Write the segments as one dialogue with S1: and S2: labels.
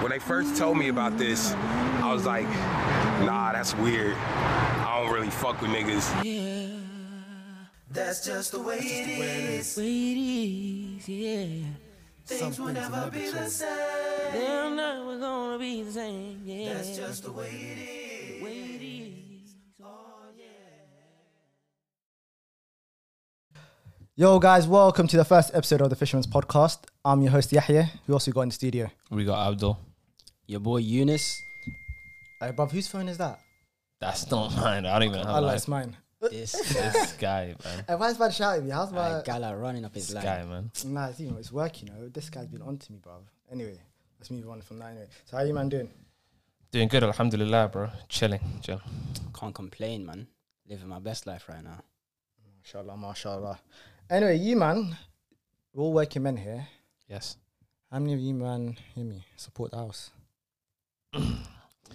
S1: when they first told me about this, I was like, nah, that's weird. I don't really fuck with niggas.
S2: That's just the way it is.
S3: Ladies, yeah.
S2: Things will never be the same.
S3: Damn, now we're gonna be the same. Yeah.
S2: That's just the way it is.
S3: Ladies.
S4: Yo, guys, welcome to the first episode of the Fisherman's Podcast. I'm your host, Yahya, who also got in the studio.
S5: We got Abdul.
S6: Your boy Eunice.
S4: Hey, bruv, whose phone is that?
S5: That's not mine. I don't even
S4: Oh,
S5: have
S4: no,
S5: like
S4: it's mine.
S6: This
S5: this guy, man.
S4: Hey, why is man shouting at me? How's my.
S6: guy like running up his
S5: This
S6: line.
S5: guy, man.
S4: Nah, it's, you know, it's work, you know. This guy's been on to me, bruv. Anyway, let's move on from that anyway. So, how you man doing?
S5: Doing good, alhamdulillah, bro. Chilling, chill.
S6: Can't complain, man. Living my best life right now.
S4: Mashallah, mashallah. Anyway, you man, we're all working men here.
S5: Yes.
S4: How many of you man hear me? Support the house.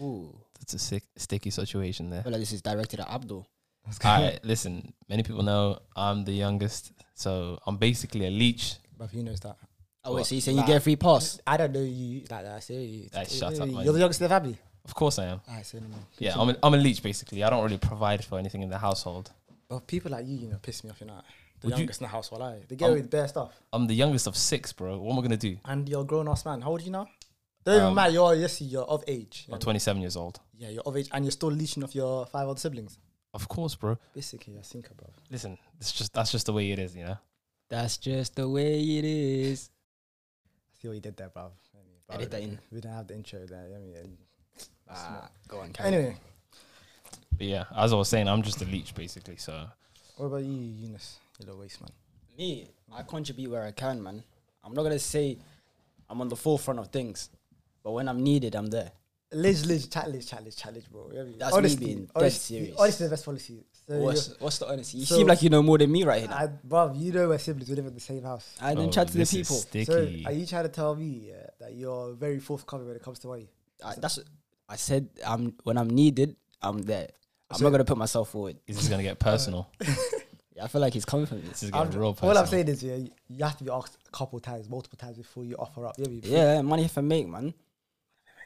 S6: Ooh.
S5: That's a sick, sticky situation there.
S6: I feel like this is directed at Abdul.
S5: All right, listen. Many people know I'm the youngest, so I'm basically a leech.
S4: Bruv, who knows that?
S6: Oh, wait,
S5: What?
S6: so you saying you get a free pass?
S4: I don't know you like that. Seriously.
S5: Like, shut up, man.
S4: You're the youngest of the family.
S5: Of course I am.
S4: I say no more.
S5: Yeah, I'm a, I'm a leech, basically. I don't really provide for anything in the household.
S4: But people like you, you know, piss me off, you know. The
S5: Would you-
S4: youngest in the house, while I. They get away with bare stuff.
S5: I'm the youngest of six, bro. What am I going to do?
S4: And you're a grown ass man. How old are you now? Don't
S6: Um,
S4: even matter. You're, yes, you're of age.
S5: I'm 27 years old.
S4: Yeah, you're of age and you're still leeching off your five other siblings.
S5: Of course, bro.
S4: Basically, you're a sinker, bro.
S5: Listen, it's just that's just the way it is, you know?
S6: That's just the way it is.
S4: See what you did there, bruv. I mean, bruv,
S6: Edit that in.
S4: We didn't have the intro there. I mean, and-
S6: Ah, go on, carry on.
S4: Anyway,
S5: But yeah, as I was saying, I'm just a leech, basically. So
S4: what about you, Eunice? You little waste man.
S6: Me, I contribute where I can, man. I'm not gonna say I'm on the forefront of things, but when I'm needed, I'm there.
S4: Liz, Liz, chat, Liz, chat, Liz, chat, Liz, bro. You know what I mean?
S6: That's me being dead serious.
S4: Honestly, the best policy. So
S6: What's
S4: you-
S6: what's the honesty? You
S4: So-
S6: seem like you know more than me right here. now.
S4: I, bruv, you know we're siblings. We live in the same house.
S6: I didn't
S5: Oh,
S6: chat to the
S5: this is
S6: people.
S5: Sticky.
S4: So, are you trying to tell me yeah, that you're very forthcoming when it comes to money?
S6: I, that's what- I said. I'm when I'm needed, I'm there. I'm not gonna put myself forward.
S5: Is this gonna get personal?
S6: Yeah, I feel like he's coming from this.
S5: This is
S4: I'm
S5: getting real personal.
S4: all I'm saying is, yeah, you- you have to be asked a couple times, multiple times before you offer up. You know what I mean?
S6: Yeah, money if I make, man.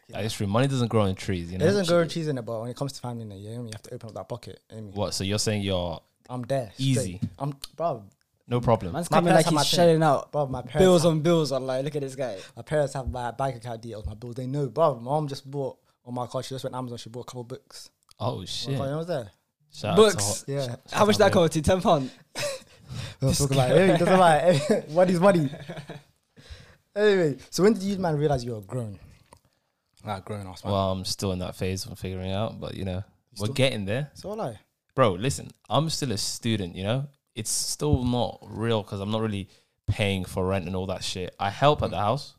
S5: Like, it's true. Money doesn't grow on trees, you
S4: It
S5: know.
S4: doesn't go in cheese in it, but when it comes to family, in it, yeah, you have to open up that pocket. you know what I mean?
S5: What? So you're saying you're
S4: I'm there. straight.
S5: Easy.
S4: I'm, bro,
S5: no problem?
S6: Man's
S4: My
S6: coming like
S4: parents have
S6: he's
S4: my thing.
S6: shelling out
S4: bro. My parents,
S6: bills on bills. I'm like, look at this guy.
S4: my parents have my bank account details, my bills. They know, bro. My mom just bought on my card. She just went Amazon. She bought a couple books.
S5: oh
S4: Yeah.
S5: shit!
S4: I was there.
S5: Shout
S6: Books.
S5: Out to,
S4: Yeah,
S6: How much that cost? you? Ten pound.
S4: I was talking like, hey, it doesn't matter. money's money. anyway, so when did you man realize you were grown? Like grown ass man.
S5: well, I'm still in that phase of figuring it out, but you know, we're getting there,
S4: so like,
S5: bro. Listen, I'm still a student. You know, it's still not real because I'm not really paying for rent and all that shit. I help at the house.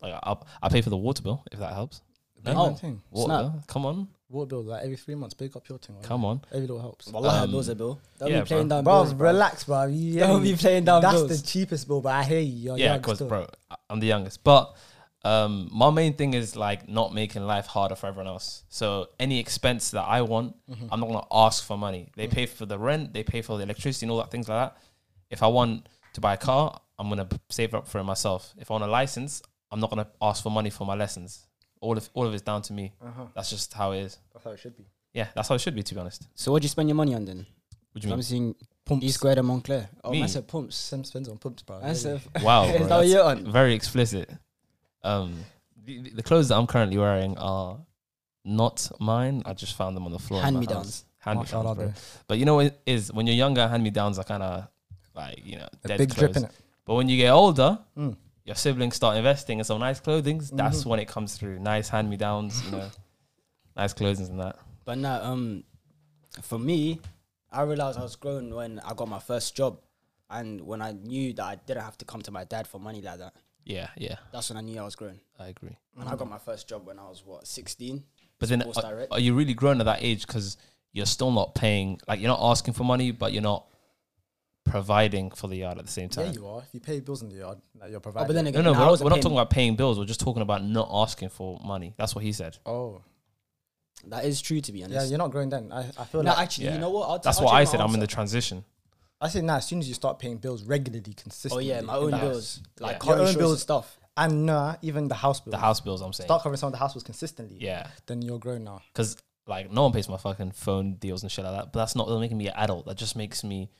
S5: Like I, I pay for the water bill if that helps. No?
S4: Oh, thing.
S5: water. bill? Come on,
S4: Water bill like every three months. Pick up your thing.
S5: come on.
S4: Every little helps.
S6: Wallah, bills a bill. Don't
S5: Um, yeah,
S6: be playing
S5: bro.
S6: down
S4: Bro,
S6: bills, bro.
S4: relax, bro. You
S6: Don't
S4: ain't-
S6: be playing down
S4: That's
S6: bills.
S4: the cheapest bill, but I hear you. You're
S5: yeah,
S4: young
S5: because
S4: still.
S5: bro, I- I'm the youngest. But um, my main thing is like not making life harder for everyone else. So any expense that I want, I'm not gonna ask for money. They pay for the rent, they pay for the electricity and all that things like that. If I want to buy a car, I'm gonna p- save up for it myself. If I want a license, I'm not gonna ask for money for my lessons. All of all of it's down to me. That's just how it is.
S4: That's how it should be.
S5: Yeah, that's how it should be. To be honest,
S6: So what do you spend your money on then?
S5: what do you
S6: I'm
S5: mean?
S6: seeing
S4: Pumps.
S6: E squared and Montclair. Oh,
S5: Me?
S6: man said pumps.
S4: Sam spends on pumps, bro.
S6: Man said
S5: Wow,
S6: Is
S5: bro,
S6: that what
S5: that's
S6: you're on?
S5: very explicit. Um, the, the clothes that I'm currently wearing are not mine. I just found them on the floor. in my
S6: Hand-me-downs.
S5: house. Hand-me-downs,
S4: Mashallah,
S5: bro.
S4: bro.
S5: But you know what it is when you're younger, hand-me-downs are kind of like you know
S4: A
S5: dead
S4: big
S5: clothes.
S4: drip in it.
S5: But when you get older,
S4: Mm. Mm-hmm.
S5: your siblings start investing in some nice clothing. That's when it comes through. Nice hand-me-downs, you know, nice clothing and that.
S6: But no, um, for me, I realized I was grown when I got my first job, and when I knew that I didn't have to come to my dad for money like that.
S5: Yeah, yeah,
S6: That's when I knew I was grown.
S5: I agree.
S6: And I got my first job when I was what sixteen.
S5: But then,
S6: Sports
S5: are,
S6: Direct.
S5: are you really grown at that age? Because you're still not paying, like you're not asking for money, but you're not providing for the yard at the same
S4: Yeah,
S5: time.
S4: you are. If you pay bills in the yard, like, you're
S6: Oh,
S4: providing.
S6: but then
S5: no,
S6: again,
S5: no,
S6: nah, I
S5: we're, not,
S6: wasn't
S5: we're not
S6: paying-
S5: talking about paying bills. We're just talking about not asking for money. That's what he said.
S4: oh,
S6: That is true, to be honest.
S4: yeah, you're not growing then. I, I feel
S6: no,
S4: like
S6: actually,
S5: Yeah.
S6: you know what? I'll t-
S5: That's
S6: I'll
S5: what
S6: change
S5: I
S6: my
S5: said. I'm in the
S6: answer.
S5: transition.
S4: I say now, as soon as you start paying bills regularly,
S6: Oh
S4: consistently.
S6: yeah, my own
S4: in the
S6: bills,
S4: house.
S6: like
S5: Yeah.
S6: car
S4: Your own
S6: insurance
S4: bills-
S6: and stuff.
S4: and nah, even the house bill.
S5: The house bills, I'm saying.
S4: Start covering some of the house bills consistently.
S5: Yeah.
S4: Then you're grown now.
S5: Because, like, no one pays my fucking phone deals and shit like that. But that's not that's making me an adult. That just makes me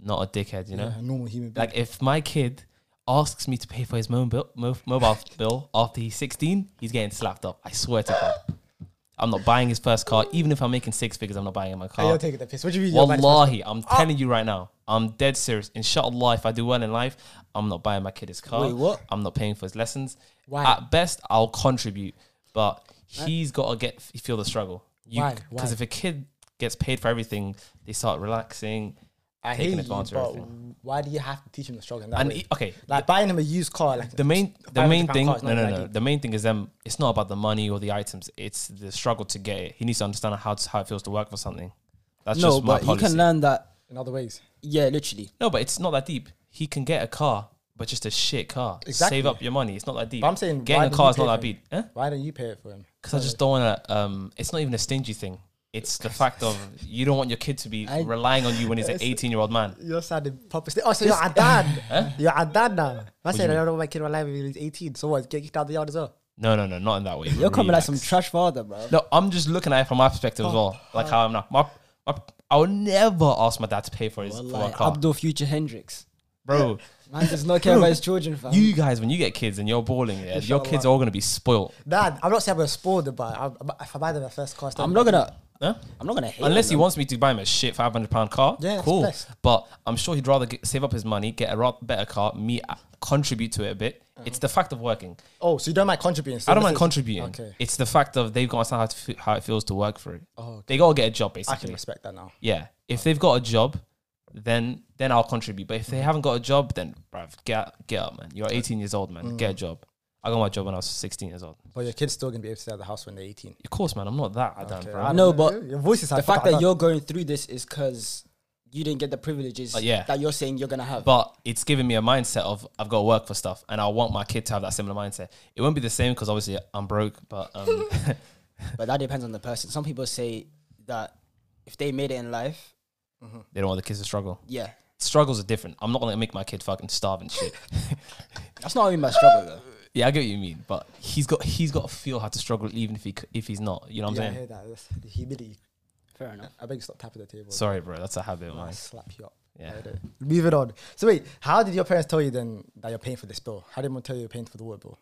S5: not a dickhead, you know?
S4: A normal human being.
S5: Like, if my kid asks me to pay for his mobile, mo- mobile bill after he's 16, he's getting slapped up. I swear to God. I'm not buying his first car. Even if I'm making six figures, I'm not buying him a
S4: Hey,
S5: car.
S4: you're taking the piss. What do you mean? you're bad?
S5: Wallahi, I'm
S4: Ah.
S5: telling you right now, I'm dead serious. Inshallah, if I do well in life, I'm not buying my kid his car.
S6: Wait, what?
S5: I'm not paying for his lessons.
S4: Why?
S5: At best, I'll contribute, but he's got to get feel the struggle.
S4: Why? Why?
S5: Because if a kid gets paid for everything, they start relaxing,
S4: I
S5: taking
S4: hate you,
S5: advantage of
S4: but
S5: everything.
S4: why do you have to teach him the struggle? in That
S5: And
S4: way?
S5: he- okay,
S4: like buying him a used car. Like
S5: the main the
S4: 500
S5: main
S4: pound
S5: thing
S4: car is
S5: no
S4: not
S5: no
S4: that
S5: no
S4: deep.
S5: the main thing is them it's not about the money or the items it's the struggle to get it he needs to understand how to, how it feels to work for something that's
S6: no,
S5: just my
S6: but you
S5: policy
S6: can learn that.
S4: in other ways.
S6: Yeah, literally.
S5: No, but it's not that deep. He can get a car, but just a shit car.
S4: Exactly.
S5: Save up your money. It's not that deep.
S4: But I'm saying why
S5: getting a
S4: do
S5: car
S4: you
S5: is not
S4: pay
S5: that
S4: for it?
S5: deep. Eh?
S4: Why don't you pay it for him?
S5: Because I just don't want to. Um, it's not even a stingy thing. It's the fact of you don't want your kid to be
S4: I-
S5: relying on you when he's an 18 year old man.
S4: You're sounding proper. St- oh, so you're a dad. You're a dad now. I said I don't know my kid will live when he's 18. So what? Get kicked out of the yard as well.
S5: No, no, no, not in that way.
S6: You're coming
S5: Relax.
S6: like some trash father, bro.
S5: No, I'm just looking at it from my perspective
S4: Oh,
S5: as well. Like how I'm now. My, my, I would never ask my dad to pay for his for a
S6: Like
S5: car,
S6: Abdul Future Hendrix.
S5: bro.
S6: Man does not care about his children, fam.
S5: You guys, when you get kids and you're balling, yeah, your kids are all gonna be spoiled.
S4: Dad, I'm not saying I'm gonna spoil them, but I'm, I'm- if I buy them the first car,
S6: I'm not gonna.
S5: Huh?
S6: I'm not gonna hate.
S5: Unless
S6: him,
S5: he
S6: though.
S5: wants me to buy him a shit five hundred pound car,
S4: Yeah, it's
S5: cool.
S4: best.
S5: But I'm sure he'd rather get, save up his money, get a ro- better car, me uh, contribute to it a bit.
S4: Uh-huh.
S5: It's the fact of working.
S4: Oh, so you don't mind contributing? So
S5: I don't
S4: this
S5: mind
S4: is-
S5: contributing.
S4: Okay, Oh,
S5: It's the fact of they've got to understand how, to f- how it feels to work for it. They gotta get a job
S4: I can
S5: basically.
S4: respect that now.
S5: Yeah. If they've got a job, then then I'll contribute. But if they haven't got a job, then bruv, get up, get up, man. You're 18 years old, man. Get a job. I got my job when I was 16 years old.
S4: But your kid's still gonna be able to stay out of the house when they're 18.
S5: Of course, man. I'm not that. I don't, bro.
S6: No, but
S4: your voice is
S6: the fact that you're going through this is because you didn't get the privileges
S5: yeah.
S6: that you're saying you're gonna have.
S5: but it's giving me a mindset of I've got to work for stuff, and I want my kid to have that similar mindset. It won't be the same because obviously I'm broke, but um,
S6: but that depends on the person. Some people say that if they made it in life,
S5: they don't want the kids to struggle.
S6: yeah,
S5: Struggles are different. I'm not gonna make my kid fucking starve and shit.
S6: that's not even my struggle though.
S5: yeah, I get what you mean, but he's got he's got to feel how to struggle even if he c- if he's not. You know what
S4: yeah, I
S5: I'm
S4: hear
S5: saying?
S4: that. That's the humidity.
S6: Fair enough.
S4: I beg you stop tapping the table.
S5: Sorry, bro. That's a habit,
S4: I
S5: man.
S4: slap you up.
S5: Yeah.
S4: Heard it. Moving on. So wait, how did your parents tell you then that you're paying for this bill? How did mom tell you you're paying for the water bill?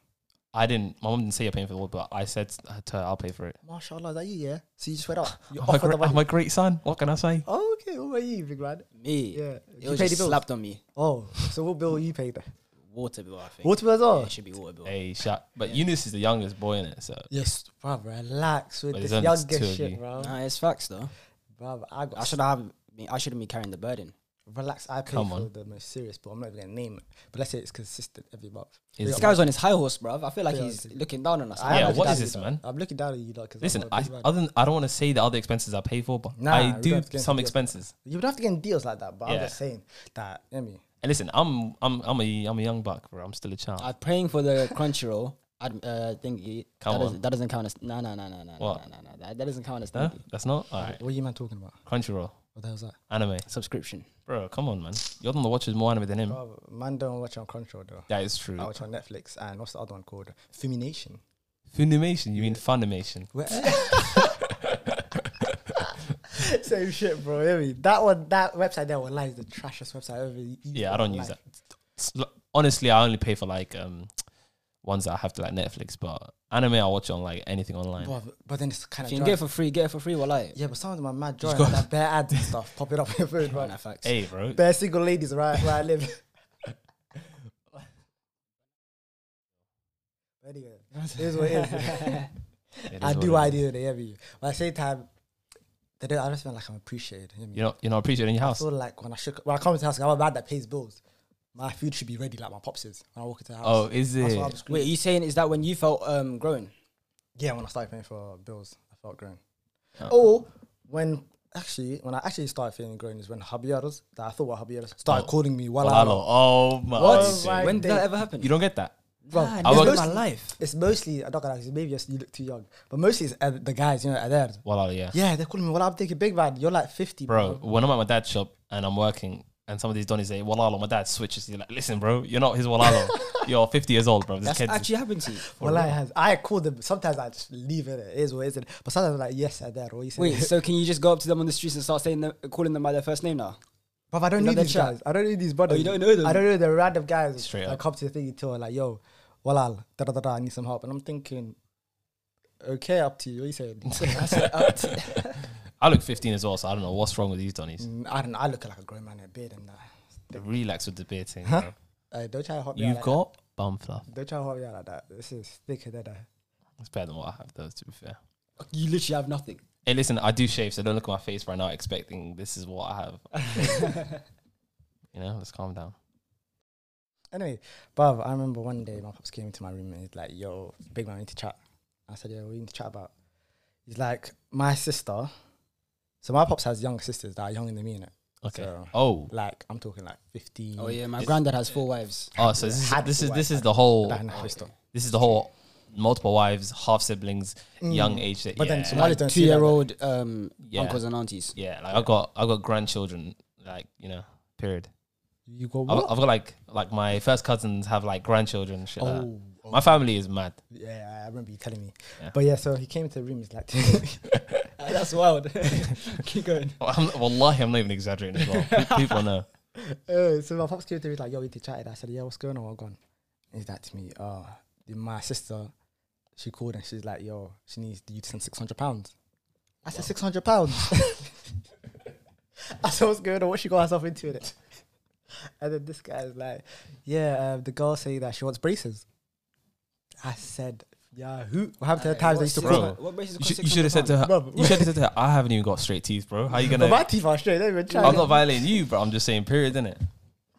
S5: I didn't. My mom didn't say you're paying for the water, but I said to her, "I'll pay for it."
S4: Mashallah, is that you? Yeah. So you just went out. You
S5: I'm a,
S4: offered the
S5: great, I'm
S4: money.
S5: a great son. What can I say?
S4: Oh, okay. What about you, big man?
S6: Me,
S4: Yeah.
S6: it
S4: You
S6: was
S4: pay
S6: just
S4: the bills?
S6: slapped on me.
S4: Oh, so what bill you paid?
S6: Water bill, I think.
S4: Water bill as
S6: Yeah,
S4: well.
S6: it should be water bill.
S5: Hey, shut. But Eunice is the youngest boy in it, so
S4: Yes, bruv, relax with
S5: But
S4: this
S5: there's only two
S4: youngest
S5: of
S4: shit,
S5: you.
S4: bruv.
S6: Nah, it's facts though.
S4: Bruv, I got
S6: I should have. I shouldn't be carrying the burden.
S4: relax. I paid
S5: Come
S4: for
S5: on.
S4: the most serious bill. I'm not even gonna name it, but let's say it's consistent every month.
S5: Is-
S6: This guy's on his high horse, bruv. I feel like
S4: Yeah,
S6: he's
S4: it's-
S6: looking down on us.
S4: I am
S5: Yeah,
S4: looking
S5: what
S4: down
S5: is
S4: at you
S5: this,
S4: lot.
S5: man?
S4: I'm looking down at you, lot.
S5: Listen,
S4: i
S5: I, other than, I don't want to say the other expenses I pay for, but
S4: Nah, we
S5: I
S4: don't
S5: do
S4: have to get
S5: some
S4: into the-
S5: expenses.
S4: You would have to get in deals like that, but I'm
S5: Yeah.
S4: just saying that. I mean,
S5: And listen, I'm I'm I'm a I'm a young buck, bro. I'm still a child.
S6: I'm praying for the Crunchyroll. I uh, think that,
S5: Come on.
S6: doesn't, that doesn't count as no no no no no no
S5: What?
S6: no no that, that doesn't count as
S5: huh?
S6: thingy.
S5: That's not all right.
S4: what are you man talking about?
S5: Crunchyroll,
S4: What the hell's that?
S5: anime,
S6: subscription.
S5: bro. Come on, man. You're the one that watches more anime than him.
S4: Bro, man, don't watch on Crunchyroll though.
S5: That is true.
S4: I watch on Netflix and what's the other one called? Fumination.
S5: Funimation, you mean Funimation?
S4: Where- Same shit, bro. Hear me? That one, that website there, online is the trashiest website I've ever. used
S5: Yeah, I
S4: in
S5: don't
S4: my
S5: use
S4: life.
S5: that. S- l- Honestly, I only pay for like um ones that I have to like Netflix, but anime I watch on like anything online.
S4: Bro, but then it's kind
S6: If
S4: of.
S6: you can get it for free, get it for free. Well, I
S4: yeah, but some of them are mad drawing, like that bare ads and stuff popping up on your phone, right?
S6: no, facts.
S5: Hey, bro.
S4: Bare single ladies right where I live. anyway, here's what it is.
S5: It is
S4: I
S5: what
S4: do
S5: it
S4: what I
S5: is.
S4: do, they hear me. But at the same time, they don't, I don't feel like I'm appreciated. You know?
S5: You're not you're not appreciating your
S4: I
S5: house.
S4: feel like when I shook, when I come into the house, I'm a man that pays bills. My food should be ready, like my pops is. When I walk into the house,
S5: Oh, is
S4: That's
S5: it?
S4: what I'm
S6: Wait, are
S4: Wait.
S6: you saying is that when you felt um growing?
S4: Yeah, when I started paying for bills, I felt grown. Or when actually, when I actually started feeling grown is when hubbyers that I thought were hubbyers started calling me while
S5: Walalo.
S4: I
S5: Oh my.
S4: What?
S5: God.
S4: Like
S6: when did
S4: they-
S6: that ever happen?
S5: You don't get that.
S4: Bro,
S5: I
S6: Never
S5: work-
S6: in my life.
S4: It's mostly I don't know, maybe you you look too young, but mostly it's uh, the guys, you know, at there.
S5: Walalo, yeah.
S4: Yeah, they're calling me. Well, I'm thinking, big man, you're like 50,
S5: bro when i'm at my dad's shop and i'm working and some of these donnies say, Walalo, my dad switches. You're like, listen, bro, you're not his Walalo. you're 50 years old, bro. This
S6: That's
S5: kid's
S6: actually happened to you.
S4: Well, I has. I call them. Sometimes I just leave it. It is what it is. But sometimes I'm like, yes, I did. What you say?
S6: Wait, so can you just go up to them on the streets and start saying them, calling them by their first name now?
S4: But I don't
S6: Is
S4: know
S6: that
S4: these
S6: their chat?
S4: guys. I don't know these brothers.
S6: don't know them?
S4: I don't know the random guys.
S5: Straight
S4: I
S5: up.
S4: come to the thing too. Like, yo, walal, da da da da. I need some help. And I'm thinking, okay, up to you. What you saying? I said, up to
S5: I look 15 as well, so I don't know what's wrong with these donnies.
S4: I don't. know. I look like a grown man in a beard and that.
S5: Relax with the beard thing. bro.
S4: Uh, don't try to help me. out
S5: You've
S4: like
S5: got bum fluff.
S4: That. Don't try to help me out like that. This is thicker than that.
S5: It's better than what I have, though, to be fair.
S6: You literally have nothing.
S5: Hey, listen, I do shave, so don't look at my face right now expecting this is what I have. you know, let's calm down.
S4: Anyway, bruv, I remember one day my pops came into my room and he's like, yo, big man, we need to chat. I said, yeah, what we need to chat about. He's like, my sister. So my pops has younger sisters that are younger than me in it.
S5: Okay.
S4: So-
S5: oh.
S4: Like, I'm talking like 15.
S6: Oh yeah, my granddad has four wives.
S5: Oh, so this is
S4: Had
S5: this
S4: to
S5: is
S4: work
S5: this is
S4: like
S5: the whole
S4: That, nah, stop.
S5: this is the whole multiple wives, half siblings, Mm. young age. That,
S4: Mm. But
S5: yeah,
S4: then Somali
S5: like,
S4: don't see
S6: Two
S4: that,
S6: year
S4: though.
S6: old um,
S5: Yeah.
S6: uncles and aunties.
S5: yeah, like I got I got grandchildren, like you know, period.
S4: You go,
S5: I've,
S4: what?
S5: I've got like like my first cousins have like grandchildren. and Shit like that.
S4: Oh,
S5: My family is mad.
S4: yeah, I remember you telling me.
S5: Yeah.
S4: But yeah, so he came into the room. He's like, that's wild. Keep going.
S5: I'm, wallahi, I'm not even exaggerating as well. Pe- People know.
S4: Uh, so my pops came to me he's like, yo, we did chat. I said, yeah, what's going on? What gone? And he's like to me, oh, my sister, she called and she's like, yo, she needs you to send six hundred pounds. I said, six hundred pounds. I said, what's going on? What she got herself into in it? And then this guy's like, yeah, uh, the girl saying that she wants braces. I said, yeah, who? What happened to the times they used to call
S5: Bro.
S4: her?
S6: What basis
S5: You, should- you should have said to her.
S4: Bro.
S5: You should have said to her. I haven't even got straight teeth, bro. How you
S4: But my
S5: gonna?
S4: teeth are straight. They even trying.
S5: I'm not violating you, bro. I'm just saying, period, innit?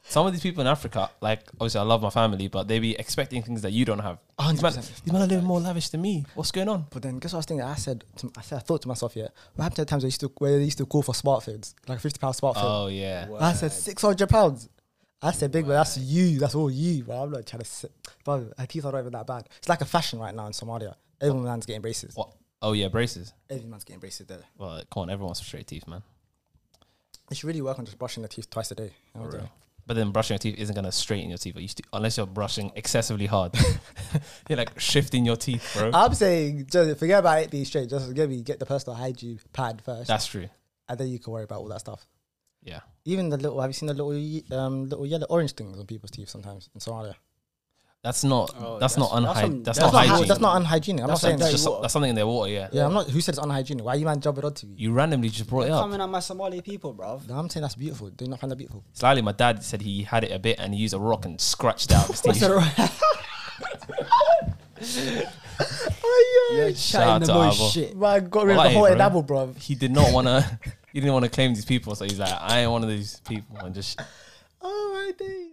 S5: Some of these people in Africa, like obviously, I love my family, but they be expecting things that you don't have. These man,
S4: 100%.
S5: these man are living more lavish than me. What's going on?
S4: But then guess what I was thinking? I said, to, I said, I thought to myself, yeah, what happened to the times they used to where they used to call for smartphones, like a fifty pound smartphone?
S5: Oh yeah.
S4: I said six hundred pounds. I said, big man, that's you, that's all you. But I'm not trying to, sit. bro. Her teeth are not even that bad. It's like a fashion right now in Somalia. Every man's getting braces.
S5: What? Oh yeah, braces.
S4: Every man's getting braces there.
S5: Well, come on, everyone wants straight teeth, man.
S4: They should really work on just brushing their teeth twice a day. I don't know.
S5: But then brushing your teeth isn't gonna straighten your teeth, or you st- unless you're brushing excessively hard. you're like shifting your teeth, bro.
S4: I'm saying, just forget about it being straight. Just give me get the personal hygiene pad first,
S5: That's true.
S4: and then you can worry about all that stuff.
S5: Yeah.
S4: Even the little, have you seen the little, ye- um, little yellow orange things on people's teeth sometimes in Somalia?
S5: That's not.
S6: Oh,
S5: that's, not
S6: that's-
S5: unhygienic.
S6: that's some-
S5: That's,
S4: That's
S5: not
S4: not, hy-
S5: hygiene.
S4: that's not unhygienic. I'm
S6: That's
S4: not saying
S6: like
S5: That's
S6: dirty
S5: just
S6: water.
S5: that's something in their water. Yeah.
S4: Yeah, I'm not. Who said it's unhygienic? Why you man jump it onto you?
S5: You randomly just brought it up.
S6: Coming at my Somali people, bruv.
S4: No, I'm saying that's beautiful. Do you not find that beautiful?
S5: Slightly, my dad said he had it a bit and he used a rock and scratched out his teeth.
S4: Oh
S6: You're
S5: Shout
S6: chatting
S5: out
S6: the most
S5: to Avo.
S6: shit.
S4: Man, got rid of the
S5: Why,
S4: whole
S5: bro?
S4: enamel, bro.
S5: He did not want to. He didn't want to claim these people, so he's like, "I ain't one of these people," and just
S4: Oh my days.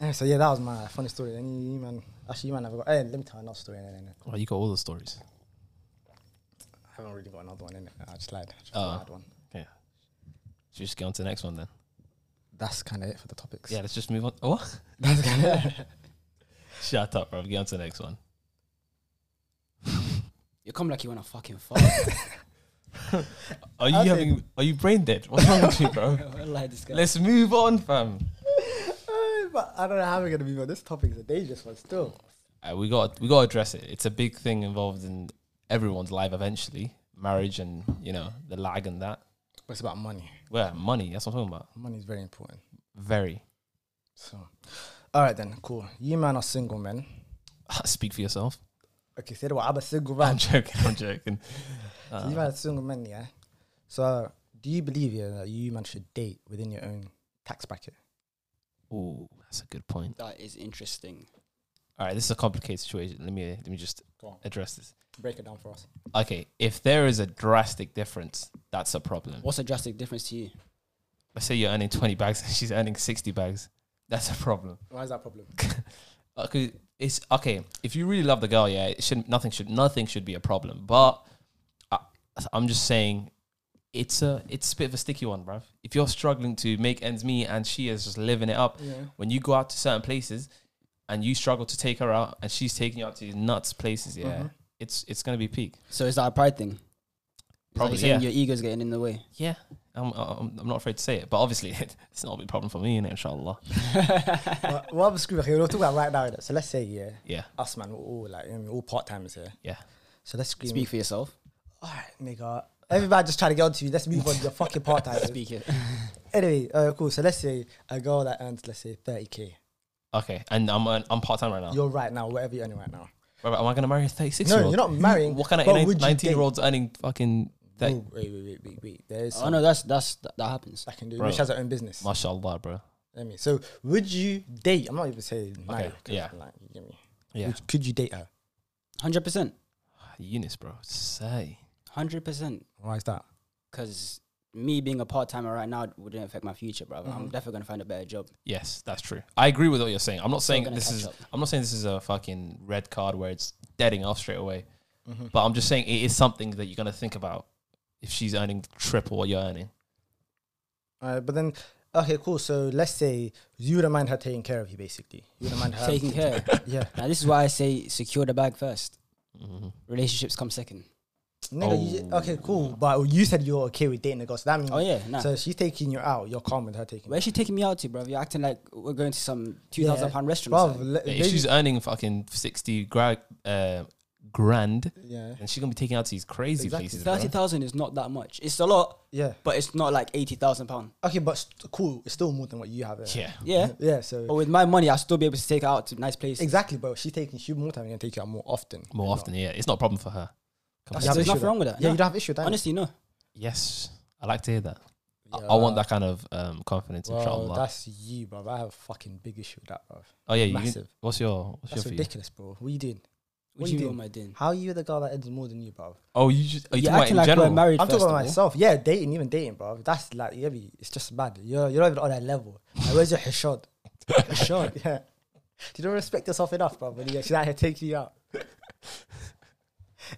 S4: Anyway, so yeah, that was my funny story. Then you, you man, actually, you man, I've got. Hey, let me tell another story. innit, innit?
S5: oh, you got all the stories.
S4: I haven't really got another one in it. I just lied. I just
S5: Oh.
S4: lied one.
S5: Yeah, should we just get on to the next one then?
S4: That's kind of it for the topics.
S5: Yeah, let's just move on. Oh, What?
S4: That's kind of it.
S5: Shut up, bro. Get on to the next one.
S6: You come like you wanna fucking fuck.
S5: Are you
S4: Okay.
S5: having? Are you brain dead? What's wrong with you, bro?
S6: like this guy.
S5: Let's move on, fam.
S4: but I don't know how we're gonna move on. This topic is a dangerous one still.
S5: Uh, we got we got to address it. It's a big thing involved in everyone's life eventually. Marriage and you know the lag and that.
S4: But it's about money.
S5: Well, money. That's what I'm talking about.
S4: Money is very important.
S5: Very.
S4: So, all right then, cool. You man are single men.
S5: Speak for yourself.
S4: Okay, say the word. I'm a single man.
S5: I'm joking. I'm joking. Uh,
S4: So you man are single men, yeah. So, do you believe yeah, that you man should date within your own tax bracket?
S5: Ooh, that's a good point.
S6: That is interesting.
S5: All right, this is a complicated situation. Let me let me just
S4: Go on.
S5: address this.
S4: Break it down for us.
S5: Okay, if there is a drastic difference, that's a problem.
S6: What's a drastic difference to you?
S5: Let's say you're earning 20 bags and she's earning 60 bags. That's a problem.
S4: Why is that a problem?
S5: Okay, Uh, it's okay. If you really love the girl, yeah, it shouldn't nothing should nothing should be a problem. But I, I'm just saying, it's a it's a bit of a sticky one, bruv. If you're struggling to make ends meet and she is just living it up,
S4: Yeah.
S5: when you go out to certain places and you struggle to take her out and she's taking you out to these nuts places, yeah,
S4: Uh-huh.
S5: it's it's gonna be peak.
S6: So is that a pride thing? Is that
S5: Probably,
S6: you're saying
S5: yeah.
S4: Mm.
S6: your ego's getting in the way.
S5: Yeah, I'm, I'm, I'm not afraid to say it, but obviously it's not a big problem for me, innit, inshallah.
S4: But what I'm screwing okay, we'll talk about right now. innit? So let's say yeah,
S5: Yeah,
S4: us man, we're all like you know, we're all part timers here.
S5: yeah.
S4: So let's scream.
S6: Speak for yourself.
S4: All right, nigga. Everybody just trying to get on to you. Let's move on. You're fucking part timers.
S6: Speak it.
S4: Anyway, uh, cool. So let's say a girl that earns let's say 30k.
S5: Okay, and I'm uh, I'm part time right now.
S4: You're right now, whatever you're earning right now.
S5: Robert, am I gonna marry a 36
S4: No,
S5: year old?
S4: you're not marrying,
S5: What kind
S4: but
S5: of
S4: would you
S5: 19 year olds earning fucking that?
S4: Oh, wait, wait, wait, wait, wait. There is
S6: Oh
S4: someone
S6: no, that's that's that, that happens.
S4: that can do.
S5: Bro.
S4: Which has her own business.
S5: Mashallah, bro.
S4: I mean, so would you date? I'm not even saying marry. 'cause,
S5: yeah.
S4: Like, you get me.
S5: Yeah.
S4: Would- could you date her?
S6: Hundred percent,
S5: Ah, Eunice, bro. Say.
S6: hundred percent.
S4: Why is that?
S6: Because me being a part timer right now wouldn't affect my future, bro.
S4: Mm-hmm.
S6: I'm definitely gonna find a better job.
S5: Yes, that's true. I agree with what you're saying. I'm not saying
S6: gonna
S5: this
S6: catch
S5: is.
S6: up.
S5: I'm not saying this is a fucking red card where it's deading off straight away.
S4: Mm-hmm.
S5: But I'm just saying it is something that you're gonna think about if she's earning triple what you're earning.
S4: Alright, but then okay, cool. So let's say you wouldn't mind her taking care of you, basically. You wouldn't mind her
S6: Taking care.
S4: Yeah,
S6: now this is why I say secure the bag first.
S5: Mhm.
S6: Relationships come second.
S4: nigga. You, okay, cool. But you said you're okay with dating a girl, so that means
S6: Oh yeah, nah.
S4: So she's taking you out. You're calm with her taking.
S6: Where's she taking me out to, bro? You're acting like we're going to some two
S4: Yeah.
S6: thousand pound restaurant. or
S4: Bruv,
S6: something.
S4: le-
S5: Yeah, if
S4: lady-
S5: she's earning fucking 60 gra- uh, grand,
S4: yeah,
S5: then she's gonna be taking out to these crazy
S4: Exactly.
S5: places.
S6: Thirty
S5: Bro.
S6: thousand is not that much. It's a lot,
S4: yeah.
S6: but it's not like eighty thousand pound.
S4: Okay, but st- cool. It's still more than what you have. innit?
S5: Yeah.
S6: Yeah,
S4: yeah. So
S6: but with my money, I'll still be able to take her out to nice places.
S4: exactly, but she's taking she more time. You're gonna take you out more often.
S5: More often, yeah. It's not a problem for
S4: You
S5: her. Come on.
S6: That's-
S4: have
S6: there's
S4: issue
S6: nothing wrong with that.
S4: Yeah,
S6: No.
S4: you don't have issue. with that.
S6: Honestly, no.
S5: Yes, I like to hear that. I, I want that kind of um, confidence,
S4: Well,
S5: inshallah.
S4: that's you, bro. I have a fucking big issue with that, bro.
S5: oh yeah, you,
S4: massive.
S5: what's your what's
S4: That's
S5: your view?
S4: ridiculous, bro. What you doing?
S6: What
S4: What
S6: do you
S4: you
S6: mean,
S4: doing?
S6: what am I doing?
S4: How are you the girl that earns more than you, bro?
S5: Oh, you just are you
S6: You're
S5: talking
S6: acting
S5: about
S6: like
S5: in general?
S6: we're married.
S4: I'm
S6: first
S4: talking about
S6: of all.
S4: myself. Yeah, dating, even dating, bro. That's like, yeah, be- it's just bad. You're, you're not even on that level. Like, where's your hishod? hishod, yeah. You don't respect yourself enough, bro. When you she's out here taking you out.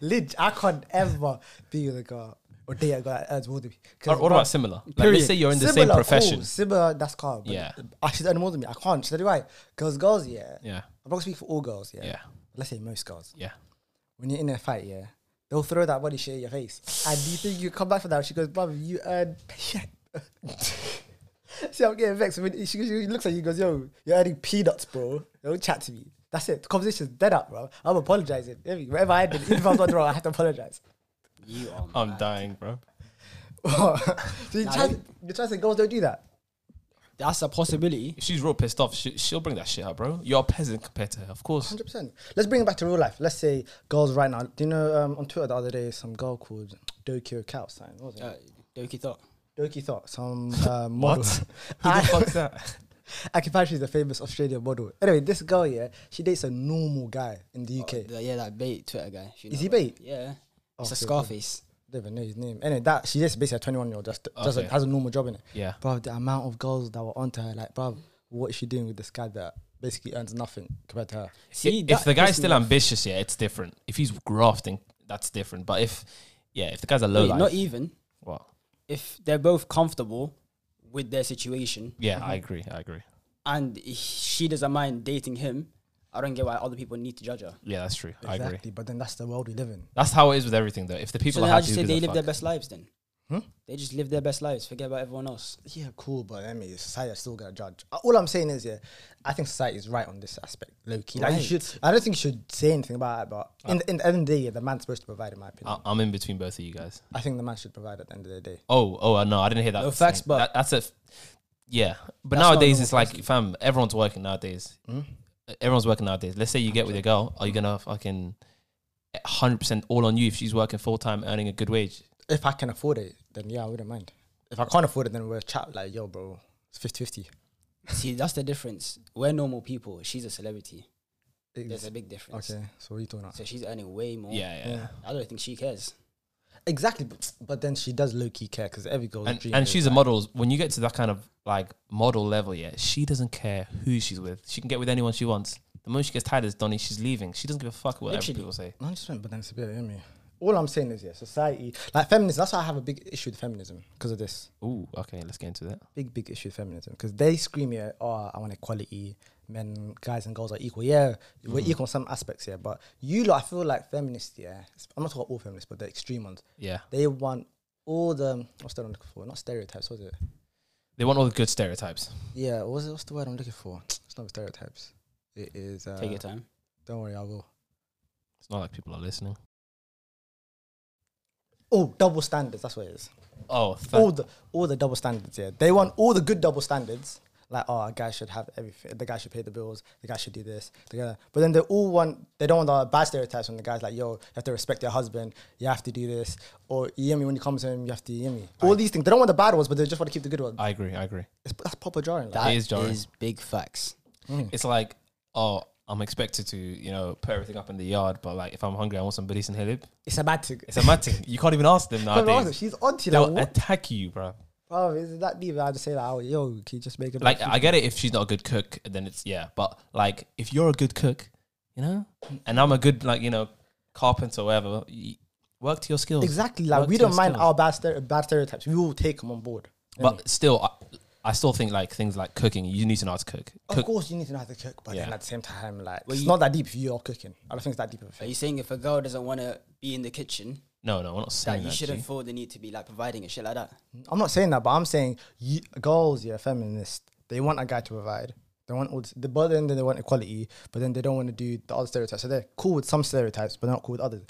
S4: Lidge, I can't ever be with a girl or date a girl that earns more than me. 'Cause,
S5: Or what
S4: bro,
S5: about similar? Like,
S6: Period.
S5: let's say you're in the
S4: similar,
S5: same
S4: cool,
S5: profession.
S4: similar, that's calm. but Ah,
S5: Yeah.
S4: I should earn more than me. I can't. Should I do right? Because girls, yeah.
S5: Yeah,
S4: I'm not gonna speak for all girls, yeah.
S5: yeah,
S4: Let's say most girls.
S5: yeah.
S4: When you're in a fight, yeah, they'll throw that body shit in your face. And do you think you come back from that? She goes, Bobby, you earned shit. See, I'm getting vexed. When she, she looks at you and goes, Yo, you're earning peanuts, bro. Don't chat to me. That's it. The conversation's dead up, bro. I'm apologizing. Whatever I did, even if I'm not wrong, I have to apologize.
S6: You um, are.
S5: I'm dying, bro.
S4: so you
S6: Nah,
S4: try,
S6: you-
S4: you're trying to say girls don't do that.
S6: That's a possibility.
S5: If she's real pissed off, she, she'll bring that shit up, bro. You're a peasant compared to her, of course.
S4: 100%. Let's bring it back to real life. Let's say girls right now. Do you know um, on Twitter the other day, some girl called Dokyo Cow sign? What was it?
S6: Uh, Doki thought.
S4: Doki Thought, some uh, model.
S5: Who the fuck's that?
S4: Aki Patrick is a famous Australian model. Anyway, this girl here, she dates a normal guy in
S5: Oh,
S4: the UK.
S6: Uh, The- yeah, that bait Twitter guy. if you
S4: Is
S6: know
S4: he
S6: about
S4: bait? Oh,
S6: it. Yeah. it's a
S4: okay,
S6: Scarface.
S4: Don't even know his name. Anyway, that she just basically a 21 year old, just doesn't
S5: Okay.
S4: has a normal job in it.
S5: Yeah.
S4: Bro, the amount of girls that were onto her, like, bro, what is she doing with this guy that basically earns nothing compared to her?
S6: See,
S5: if
S6: that
S5: the guy's
S6: pissed me
S5: still
S6: off.
S5: ambitious, yeah, it's different. If he's grafting, that's different. But if yeah, if the guy's a low
S6: Wait,
S5: life,
S6: not even
S5: what?
S6: if they're both comfortable with their situation
S5: Yeah, I agree. I agree.
S6: and he- she doesn't mind dating him, I don't get why other people need to judge her.
S5: Yeah, that's true. I agree.
S4: But then that's the world we live in.
S5: That's how it is with everything, though. If the people
S6: so
S5: are
S6: then I
S5: happy,
S6: just
S5: who gives
S6: say
S5: a
S6: they live their
S5: fuck?
S6: best lives then. They just live their best lives. Forget about everyone else.
S4: Yeah, cool, but I mean, society is still gonna judge. Uh, All I'm saying is, yeah, I think society is right on this aspect, low key. Like, you
S6: Right.
S4: should, I don't think you should say anything about it, but in, the, in the end of the day, yeah, the man's supposed to provide, in my opinion.
S5: I- I'm in between both of you guys.
S4: I think the man should provide at the end of the day.
S5: Oh, oh, uh, no, I didn't hear that.
S6: No facts,
S5: thing.
S6: but-
S5: That- that's a, f- yeah. But
S6: That's not
S5: nowadays
S6: normal
S5: it's like, fam, everyone's working nowadays. Everyone's working nowadays. Let's say you get with a girl, are you gonna fucking hundred percent all on you if she's working full time, earning a good wage?
S4: if I can afford it, then yeah, I wouldn't mind. If I can't afford it, then we're chat like, yo, bro, it's 50 50.
S6: See, that's the difference. We're normal people. She's a celebrity. There's a
S4: Okay,
S6: big difference.
S4: so what are you talking about?
S6: So she's earning way more.
S5: Yeah, yeah. yeah.
S6: I don't think she cares.
S4: Exactly, but, but then she does low key care because every girl's
S5: And
S4: dream.
S5: and
S4: is
S5: she's a
S4: like-
S5: model. When you get to that kind of like model level, yeah, she doesn't care who she's with. She can get with anyone she wants. The moment she gets tired as Donny, she's leaving. She doesn't give a fuck what other
S6: Literally.
S5: people say.
S4: No, I just went, but then it's a bit, you know me. All I'm saying is, yeah, society, like feminism, that's why I have a big issue with feminism because of this.
S5: Ooh, okay, let's get into that.
S4: big big issue with feminism because they scream yeah oh I want equality men guys and girls are equal yeah we're equal in some aspects yeah but you lot I feel like feminists yeah I'm not talking about all feminists but the extreme ones
S5: Yeah.
S4: they want all the what's the word I'm looking for? Not stereotypes, was it?
S5: They want all the good stereotypes.
S4: Yeah, what was it? What's the word I'm looking for? It's not stereotypes. It is. Uh,
S6: Take your time.
S4: Don't worry, I will.
S5: It's not like people are listening.
S4: Oh, double standards. That's what it is.
S5: Oh,
S4: all
S5: th-
S4: the all the double standards. Yeah, they want all the good double standards. Like, oh, a guy should have everything. The guy should pay the bills. The guy should do this. The guy. But then they all want. They don't want the bad stereotypes when the guy's like, yo, you have to respect your husband. You have to do this. Or you hear me when you come to him, you have to you hear me. All these things. They don't want the bad ones, but they just want to keep the good ones.
S5: I agree. I agree.
S4: It's, that's proper jarring. Like.
S6: That
S5: is
S6: is,
S5: jarring.
S6: big facts.
S5: It's like, oh, I'm expected to, you know, put everything up in the yard, but like, if I'm hungry, I want some decent halib.
S4: It's a bad thing.
S5: It's a mad thing. You can't even ask them
S4: Come on,
S5: nowadays.
S4: She's on to you, like,
S5: They'll
S4: what?
S5: attack you, bro.
S4: Oh, is that me? I just say like, oh, yo, can you just make it?
S5: Like, I get it if she's not a good cook, then it's yeah. But like, if you're a good cook, you know, and I'm a good like, you know, carpenter or whatever, y- work to your skills.
S4: exactly. Like
S5: Work
S4: we
S5: to your
S4: don't mind
S5: skills.
S4: our bad, stere- bad stereotypes. We will take them on board.
S5: But still, I, I still think like things like cooking, you need to know how to cook.
S4: Of
S5: cook
S4: course, you need to know how to cook, but then
S5: Yeah.
S4: at the same time, like
S6: Well,
S4: it's
S6: you-
S4: not that deep if you're cooking. I don't think it's that deep of a
S6: Are
S4: thing.
S6: you saying if a girl doesn't want to be in the kitchen,
S5: no, no, we're not
S6: that
S5: saying that.
S6: you
S5: G.
S6: shouldn't feel the need to be like providing and shit like that?
S4: I'm not saying that, but I'm saying you, girls, yeah, feminists, they want a guy to provide. They want all this, the but then they want equality, but then they don't want to do the other stereotypes. So they're cool with some stereotypes, but not cool with others.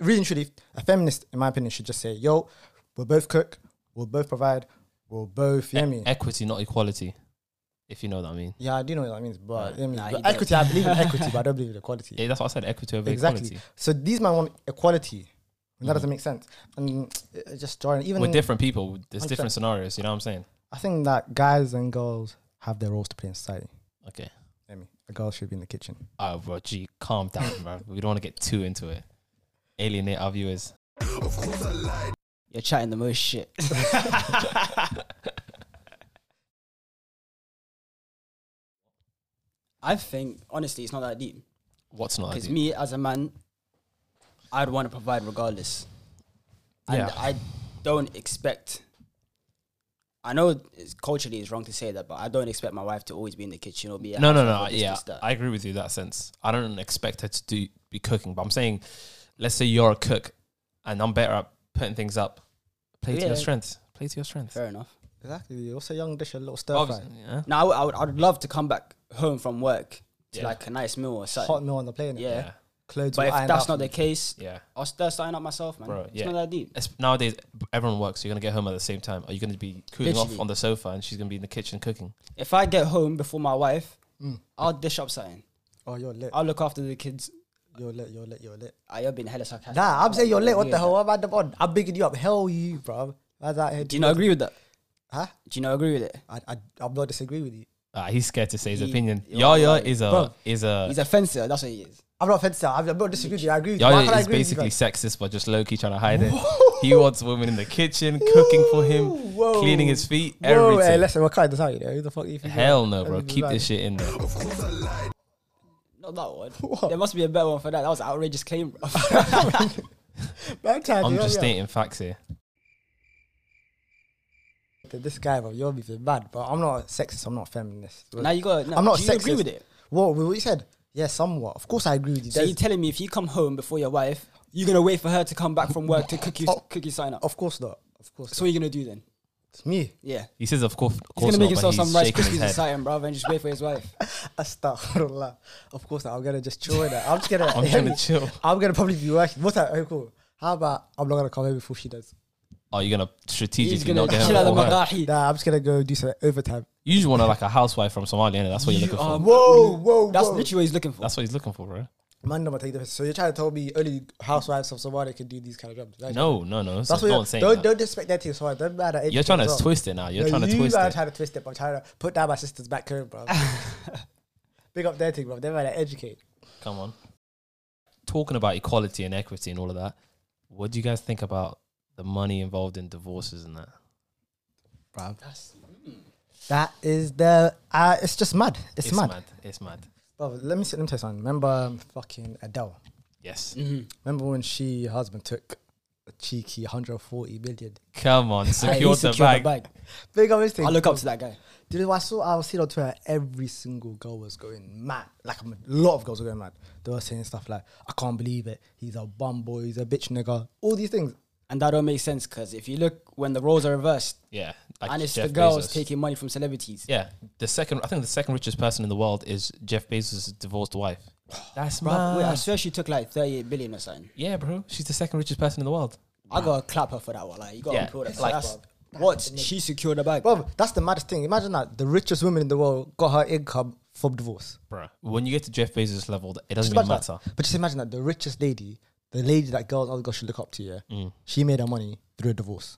S4: Really, and truly, a feminist, in my opinion, should just say, "Yo, we'll both cook, we'll both provide, we'll both." You know what I mean?
S5: E, Equity, not equality. If you know what I mean.
S4: Yeah, I do know what that means, but you know what I
S6: Nah,
S4: mean?
S6: he
S4: But equity. I believe in equity, but I don't believe in equality.
S5: Yeah, that's what I said. Equity over
S4: Exactly.
S5: equality.
S4: So these men want equality. And
S6: Mm-hmm.
S4: That doesn't make sense. And it- it just jarring. Even
S5: We're different people. There's
S4: Hundred
S5: different scenarios. You know what I'm saying?
S4: I think that guys and girls have their roles to play in society.
S5: Okay.
S4: I mean, a girl should be in the kitchen.
S5: Oh, bro, G, calm down, bro. We don't want to get too into it. Alienate our viewers.
S6: You're chatting the most shit. I think honestly, it's not that deep.
S5: What's not?
S6: Because
S5: ideal?
S6: me as a man, I'd want to provide regardless, and
S5: Yeah.
S6: I don't expect. I know it's, culturally it's wrong to say that, but I don't expect my wife to always be in the kitchen or be. at
S5: no, no,
S6: house
S5: no.
S6: or this,
S5: Yeah,
S6: this, that.
S5: I agree with you in that sense. I don't expect her to do be cooking, but I'm saying, let's say you're a cook, and I'm better at putting things up. Play to
S6: Yeah.
S5: your strengths. Play to your strengths.
S6: Fair enough.
S4: Exactly. Also, young dish, a little stir fry,
S5: Obviously, yeah.
S6: Now I would- I would, I would love to come back home from work to
S5: Yeah.
S6: like a nice meal or something.
S4: hot meal on the plate. innit?
S6: yeah.
S5: Yeah.
S4: Clothes.
S6: but
S4: all
S6: if
S4: ironed
S6: that's
S4: out
S6: not
S4: for
S6: the
S4: you.
S6: case,
S5: Yeah.
S6: I'll start signing up myself, man.
S5: Bro,
S6: it's
S5: yeah.
S6: not that deep.
S5: It's- nowadays everyone works. You're gonna get home at the same time. Are you gonna be cooling off
S6: Literally.
S5: on the sofa, and she's gonna be in the kitchen cooking?
S6: If I get home before my wife,
S4: Mm.
S6: I'll dish up something.
S4: oh, you're lit.
S6: I'll look after the kids.
S4: You're lit. You're lit. You're lit.
S6: I have been hella sarcastic.
S4: Nah, I'm saying you're lit. What
S6: Yeah.
S4: the hell? I'm at the on. I'm bigging you up. Hell, you, bro. That's out here.
S6: Do you not agree with that?
S4: Huh?
S6: Do you not agree with it?
S4: I, I, I'm not disagree with you.
S5: Ah, he's scared to say his
S6: He-
S5: opinion.
S6: you're
S5: Yaya
S6: right.
S5: is a
S4: Bro,
S5: is a
S6: He's a fencer. That's what he is.
S4: I'm not offensive. I'm, I'm not disagreeing with you. I agree with you. Why can't
S5: Yaya
S4: I
S5: is
S4: agree with you,
S5: basically
S4: guys?
S5: sexist, but just low key trying to hide it. He wants women in the kitchen cooking for him,
S4: Whoa.
S5: cleaning his feet,
S4: Whoa, hey,
S5: everything.
S4: listen, we're cutting this out, you know. Who the fuck do you think? you are?
S5: Hell no, bro.
S4: Everything
S5: Keep
S4: like-
S5: this shit in there.
S6: Not that one. There must be a better one for that. That was an outrageous claim, bro.
S4: Bad time,
S5: I'm
S4: you know,
S5: just
S4: yeah.
S5: stating facts here.
S4: This guy, bro, you're being mad, but I'm not sexist. I'm not feminist.
S6: now you got. No,
S4: I'm not
S6: do you
S4: sexist.
S6: agree with it?
S4: What, what you said? Yeah, somewhat. Of course, I agree with you.
S6: So
S4: There's-
S6: you're telling me if you come home before your wife, you're gonna wait for her to come back from work to cook you,
S4: Oh.
S6: cook you sign up.
S4: of course not. Of course,
S6: So
S4: not.
S6: what are you gonna do then?
S4: it's me.
S6: Yeah.
S5: He says, of course, of
S6: He's
S5: course
S6: gonna make
S5: not,
S6: himself
S5: but
S6: some
S5: he's
S6: rice
S5: shaking his
S6: krispies or
S5: head.
S6: something, bruv, and just wait for his wife.
S4: Astaghfirullah. Of course not. I'm gonna just chill in it. I'm just gonna.
S5: I'm just gonna chill.
S4: I'm gonna probably be working. What time? Oh, cool. How about I'm not gonna come home before she does?
S5: Are you gonna
S6: He's
S5: strategically
S6: gonna
S5: not get him
S6: chill out the
S5: before her?
S6: magahi.
S4: Nah, I'm just gonna go do some overtime.
S5: You usually want to like a housewife from Somalia, innit? That's what you're looking for.
S4: Whoa, whoa,
S6: Um, uh, That's
S4: whoa.
S6: literally what he's looking for.
S5: That's what he's looking for, bro.
S4: Man, I'm gonna take the. So you're trying to tell me only housewives of Somalia can do these kind of jobs? That's-
S5: No, no, no.
S4: That's
S5: so
S4: what
S5: no
S4: you're,
S5: one's saying
S4: don't
S5: that.
S4: don't disrespect that team. Sorry, don't matter.
S5: You're trying to twist it now. You're trying to twist
S4: You
S5: it.
S4: are trying to twist it. But I'm trying to put down my sister's back home, bro. Big up their team, bro. They're to educate.
S5: Come on. Talking about equality and equity and all of that, what do you guys think about the money involved in divorces and that?
S4: Bro, that is the. Uh, it's just mad. It's,
S5: It's
S4: mad.
S5: mad. It's mad.
S4: Bro, let me see, let me tell you something. Remember, um, fucking Adele.
S5: Yes.
S6: Mm-hmm.
S4: Remember when she her husband took a cheeky 140 million.
S5: Come on.
S6: Aye, he
S5: Secure the
S6: secured
S5: bag.
S6: the bag.
S4: Big up his thing.
S6: I look up to that guy.
S4: Dude, I saw, I was seeing on Twitter, every single girl was going mad. Like, a lot of girls were going mad. They were saying stuff like, I can't believe it. He's a bum boy. He's a bitch nigga. All these things.
S6: And that don't make sense because if you look when the roles are reversed,
S5: Yeah,
S6: and it's the
S5: Jeff
S6: girls
S5: Bezos.
S6: taking money from celebrities.
S5: Yeah, the second I think the second richest person in the world is Jeff Bezos' divorced wife. That's
S6: Bruh, wait, I
S5: mad.
S6: swear she took like 38 billion or something.
S5: Yeah, bro, she's the second richest person in the world.
S6: I gotta clap her for that one. Like, you gotta
S5: Yeah,
S6: applaud her. for
S5: like-
S6: that, bruv. what? She secured the bag.
S4: Bro, that's the maddest thing. Imagine that the richest woman in the world got her income from divorce.
S5: Bruh. When you get to Jeff Bezos' level, it
S4: Just
S5: doesn't even
S4: imagine
S5: matter.
S4: that. But just imagine that the richest lady, the lady that girls and other girls should look up to, yeah,
S5: Mm.
S4: she made her money through a divorce.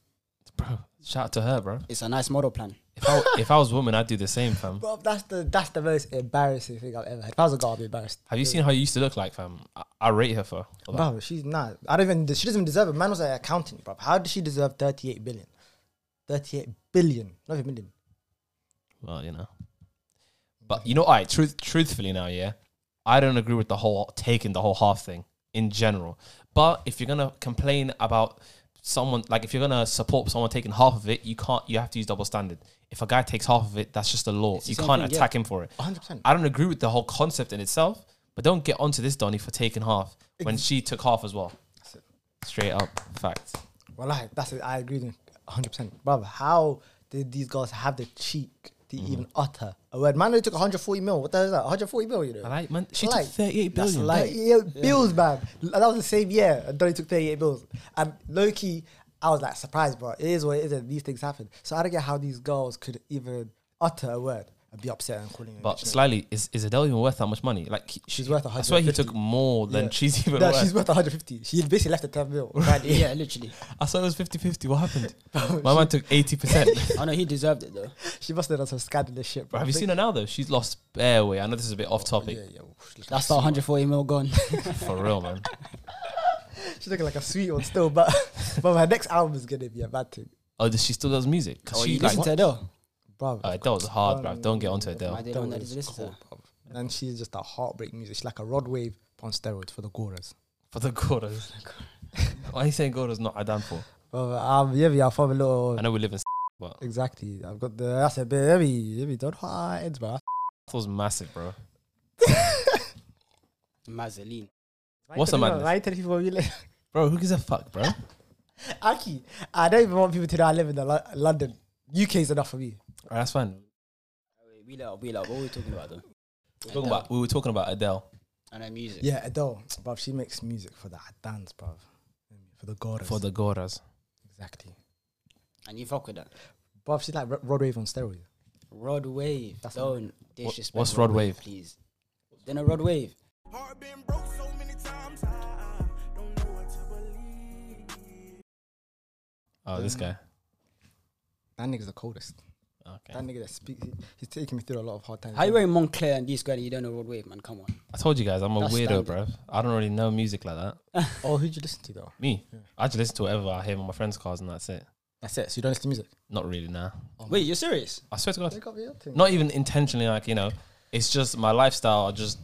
S5: Bro, shout out to her, bro.
S6: It's a nice model plan.
S5: If I, if I was a woman, I'd do the same, fam.
S4: Bro, that's the that's the most embarrassing thing I've ever had. If I was a girl, I'd be embarrassed.
S5: Have you seen how you used to look like, fam? I, I rate her for. all that.
S4: Bro, she's not. I don't even. She doesn't even deserve it. Man was an accountant, bro. How does she deserve thirty-eight billion? Thirty-eight billion, not even million.
S5: Well, you know. But you know, all right, truth, truthfully now, yeah, I don't agree with the whole taking the whole half thing in general. But if you're gonna complain about someone, like if you're gonna support someone taking half of it, you can't. You have to use double standard. If a guy takes half of it, that's just the law.
S6: the
S5: you
S6: same
S5: can't
S6: thing, yeah.
S5: attack him for it.
S4: 100%.
S5: I don't agree with the whole concept in itself, but don't get onto this Donny for taking half when she took half as well.
S4: it.
S5: Straight up fact.
S4: Well, like that's it. I agree with you, hundred percent, bro. How did these girls have the cheek to
S5: Mm-hmm.
S4: even utter a word? Man, they took one hundred forty mil. What the hell is that? One hundred forty mil, you know.
S5: I like man. She
S4: Like,
S5: took thirty-eight
S4: That's
S5: billion.
S4: like bills, man. That was the same year. and Donny took 38 bills. And low key, I was like surprised, bro. It is what it is, and these things happen. So I don't get how these girls could even utter a word and be upset and calling it.
S5: But slightly, is, is Adele even worth that much money? Like he-
S4: She's
S5: he-
S4: worth
S5: I swear he
S4: 150.
S5: took more than she's even
S4: no,
S5: worth.
S4: she's worth 150. She basically left a 10 mil. Right?
S6: yeah, literally.
S5: I swear it was 50-50. What happened? My man took eighty percent.
S6: I know he deserved it though.
S4: she must have done some scandalous shit, bro.
S5: Have you seen her now though? She's lost bare weight. I know this is a bit off topic.
S4: Yeah, yeah. She's
S6: That's the 140 mil gone.
S5: For real, man.
S4: she's looking like a sweet one still, but but my next album is gonna be a bad thing,
S5: Oh, does she still does music? 'Cause
S6: oh,
S5: she
S6: you listen
S5: like,
S6: to Adele?
S4: bro.
S5: uh, Adele's hard, bro. Don't get onto
S6: I
S5: Adele.
S6: didn't know
S4: Adele
S6: that
S4: is
S6: you listen to.
S4: cold, bruv. And she's just a heartbreak music. She's like a rod wave on steroids for the Goras.
S5: For the Goras. Why are you saying Goras not Adam for?
S4: Well, um, yeah, yeah, I'll have a little.
S5: I know we live in but
S4: Exactly. I've got the. That's a bit. Let me, let me don't hide, bro.
S5: that was massive, bro.
S6: Mazeline.
S5: What's the madness?
S4: I tell people we live.
S5: Bro, who gives a fuck, bro?
S4: Aki, I don't even want people to know I live in the Lo- London. UK is enough for me.
S5: Alright, that's fine.
S6: We love, we love. What are we talking about though?
S5: Talking about, we were talking about Adele.
S6: And her music.
S4: Yeah, Adele, bruv, she makes music for the dance, bruv. For the goddess.
S5: For the Goras.
S4: exactly.
S6: And you fuck with that.
S4: Bruv, she's like Ro- Rod Wave on steroids.
S6: Rod Wave.
S4: That's
S6: don't disrespect.
S5: what's Rod Wave?
S6: Please. Then a Rod Wave.
S2: Heart been broke so many times, I don't know what to believe.
S5: Oh, this guy.
S4: That nigga's the coldest.
S5: Okay.
S4: That nigga that speaks, he's taking me through a lot of hard times.
S6: How you wearing Montclair and these guys and you don't know Rod Wave, man? Come on.
S5: I told you guys, I'm a
S6: That's
S5: weirdo,
S6: standard.
S5: bro. I don't really know music like that.
S4: oh, who'd you listen to though?
S5: Me, I just listen to whatever I hear on my friends' cars, and that's it.
S4: That's it. So you don't listen to music?
S5: Not really, nah.
S6: Wait, you're serious?
S5: I swear to God,
S4: Pick up your thing.
S5: not even intentionally. Like you know, it's just my lifestyle. I just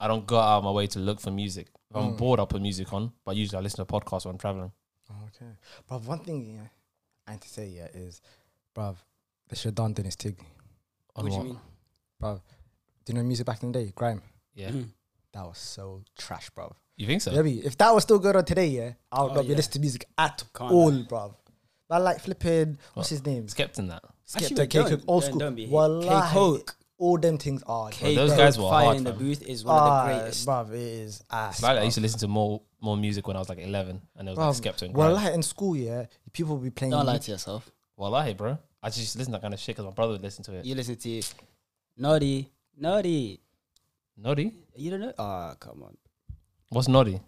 S5: I don't go out of my way to look for music. If
S4: Mm.
S5: I'm bored, I'll put music on. But usually, I listen to podcasts when I'm traveling.
S4: Oh, Okay. Bruv, one thing yeah, I need to say yeah is, bruv, the Shadon Dennis Tig.
S5: On
S6: what do
S5: what?
S6: you mean?
S4: Bruv, do you know music back in the day? Grime.
S5: Yeah,
S4: That was so trash, bruv.
S5: you think so?
S4: Yeah, be- if that was still going on today, yeah, I would
S6: Oh,
S4: not be
S6: yeah.
S4: listening to music at
S6: Can't
S4: all, bruv. I like flipping, what's his name?
S5: Skept in that.
S6: Actually,
S4: Skepta, K
S6: don't-
S4: Cook, old
S6: don't-
S4: school.
S6: don't be here.
S4: Wallahi,
S6: K-Cook.
S4: All them things are.
S5: Well,
S6: Hey,
S5: those
S6: bro,
S5: guys were
S6: Fire
S5: hard,
S6: in the
S5: fam.
S6: booth is one
S4: Ah,
S6: of the greatest.
S4: bruv, it is ass.
S5: Like I
S4: bruv.
S5: used to listen to more more music when I was like 11, and it was
S4: Bruv,
S5: like Skepta and
S4: well,
S5: Grime.
S4: like in school, yeah, people would be playing.
S6: Don't lie to yourself.
S5: Wallahi, bro. I just used to listen to that kind of shit because my brother would listen to it.
S6: You listen to Naughty, Naughty.
S5: Noddy,
S6: You don't know? Ah, come on.
S5: what's Noddy?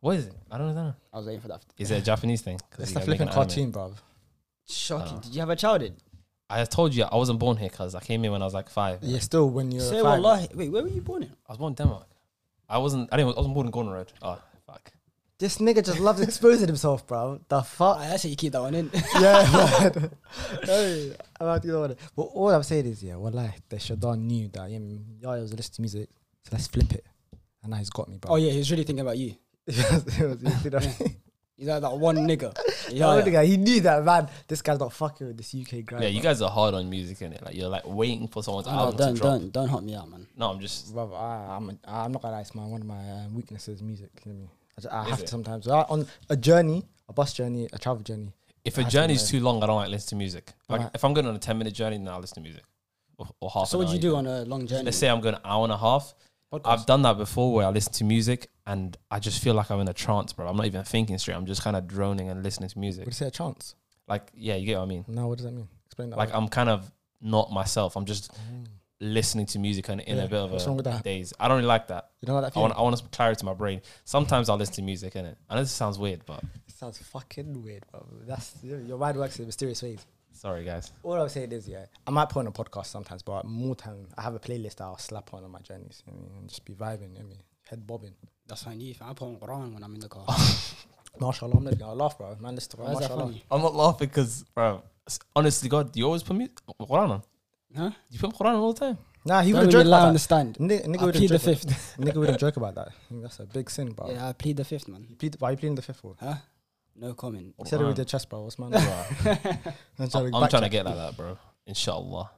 S5: What is it? I don't know.
S6: I was waiting for that.
S5: Is it a Japanese thing? 'Cause
S4: it's
S5: you
S4: the
S5: gotta make
S4: flipping
S5: an
S4: cartoon,
S5: anime.
S4: bruv.
S5: Ah.
S6: Shocking. Did you have a childhood?
S5: I told you I wasn't born here because I came here when I was like five.
S4: Yeah, still when you're.
S6: Say
S4: five.
S6: wallahi. Wait, where were you born in?
S5: I was born in Denmark. I wasn't. I didn't. I wasn't born in Gordon Road. Oh fuck.
S4: This nigga just loves exposing himself, bro. The fuck?
S6: I actually keep that one in.
S4: yeah, man. Hey, I'm out the other one. But all I'm saying is, yeah, well, like, the Shadon knew that, yeah, yeah, I was listening to music, so let's flip it. And now he's got me, bro.
S6: oh yeah, he was really thinking about you.
S4: It was- it was- you know what I mean?
S6: He's like that one nigga.
S4: That
S6: Yeah,
S4: was the
S6: yeah.
S4: guy, He knew that, man. This guy's not fucking with this UK grind.
S5: Yeah, you guys are hard on music, innit? Like you're like waiting for someone's
S6: No,
S5: album
S6: don't,
S5: to drop.
S6: don't, don't help me out, man.
S5: No, I'm just.
S4: Bro, I, I'm, I'm not gonna lie, it's my, one of my um, uh, weaknesses, music. You know what I mean? I, ju- I
S5: Is
S4: have
S5: it?
S4: to sometimes. I- on a journey, a bus journey, a travel journey.
S5: If a
S4: I
S5: journey's
S4: don't
S5: too long, I don't like listen to music. Like,
S4: Alright.
S5: If I'm going on a ten minute journey, then I listen to music, or, or half.
S6: So
S5: an
S6: what do you
S5: hour
S6: do
S5: even.
S6: on a long journey?
S5: Let's say I'm going an hour and a half.
S6: Podcast.
S5: I've done that before where I listen to music and I just feel like I'm in a trance, bro. I'm not even thinking straight. I'm just kind of droning and listening to music.
S4: Would you say a chance?
S5: Like, yeah, you get what I mean?
S4: No, what does that mean? Explain that.
S5: Like,
S6: um,
S5: I'm kind of not myself. I'm just
S4: Mm.
S5: listening to music and in
S4: Yeah,
S5: a bit of
S4: what's
S5: a
S4: wrong with that?
S5: daze. I don't really like that.
S4: you know what that
S5: I
S4: feeling?
S5: want, I want some clarity to my brain. Sometimes I'll listen to music, innit? I know this sounds weird, but
S4: It sounds fucking weird, bro. That's your mind works in mysterious ways.
S5: sorry, guys.
S4: All I was saying is, yeah, I might put on a podcast sometimes, but more time I have a playlist that I'll slap on on my journeys. You know what I mean, and just be vibing. You know what I mean, head bobbing.
S6: That's how I knew. I put on Quran when I'm in the car.
S4: Mashallah, I'm not gonna laugh, bro. Man, this
S6: Why is that
S4: mashallah.
S6: funny?
S5: I'm not laughing because, bro, s- honestly, God, you always put mu- Quran on.
S6: Huh?
S5: You put Quran on all the time.
S4: Nah, he
S6: Don't
S4: would
S6: even
S4: joke
S6: lie
S4: about
S6: on
S4: that.
S6: the stand.
S4: Nigga, nigga
S6: I
S4: wouldn't
S6: plead the
S4: joke about-
S6: fifth.
S4: Nigga wouldn't joke about that. I think that's a big sin, bro.
S6: Yeah, I plead the fifth, man.
S4: You plead- why are you pleading the fifth
S5: Oh,
S4: one?
S6: Huh? No comment.
S4: He said it with
S5: Quran.
S4: your chest, bro. What's man? I'm
S5: I'm,
S4: backtrack.
S5: trying to get like that, bro. Inshallah.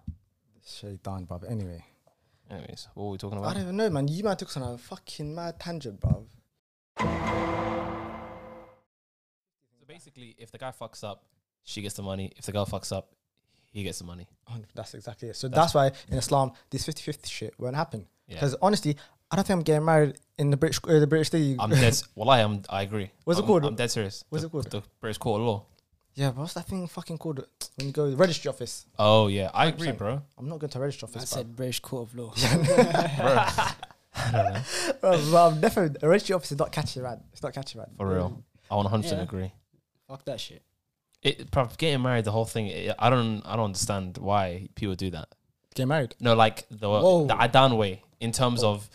S4: Shaitan, bro. Anyway,
S5: Anyways, what were we talking
S4: I
S5: about?
S4: don't even know, man. You man took us on a fucking mad tangent, bro.
S5: So basically, if the guy fucks up, she gets the money. If the girl fucks up, he gets the money.
S4: Hundred- That's exactly it. So
S5: That's-
S4: that's, why in Islam, this 50 50 shit won't happen.
S5: Yeah.
S4: Because honestly, I don't think I'm getting married in the British uh, the British thing.
S5: I'm dead. s- Well, I am. I agree.
S4: What's it
S5: I'm-
S4: called?
S5: I'm dead serious.
S4: What's
S5: the,
S4: it called?
S5: The British court of law.
S4: yeah, but what's that thing fucking called when you go to the registry office?
S5: Oh yeah, I agree, bro.
S4: I'm not going to registry
S6: I
S4: office, bro.
S6: said British Court of Law.
S4: Bro, bro, I'm definitely a registry office is not catching rad. It's not catching rad.
S5: For real, I 100
S6: Yeah.
S5: agree.
S6: Fuck that shit.
S5: It bro, getting married, the whole thing. It, I don't, I don't understand why people do that.
S4: Get married.
S5: No, like the
S6: Whoa.
S5: the Adan way in terms of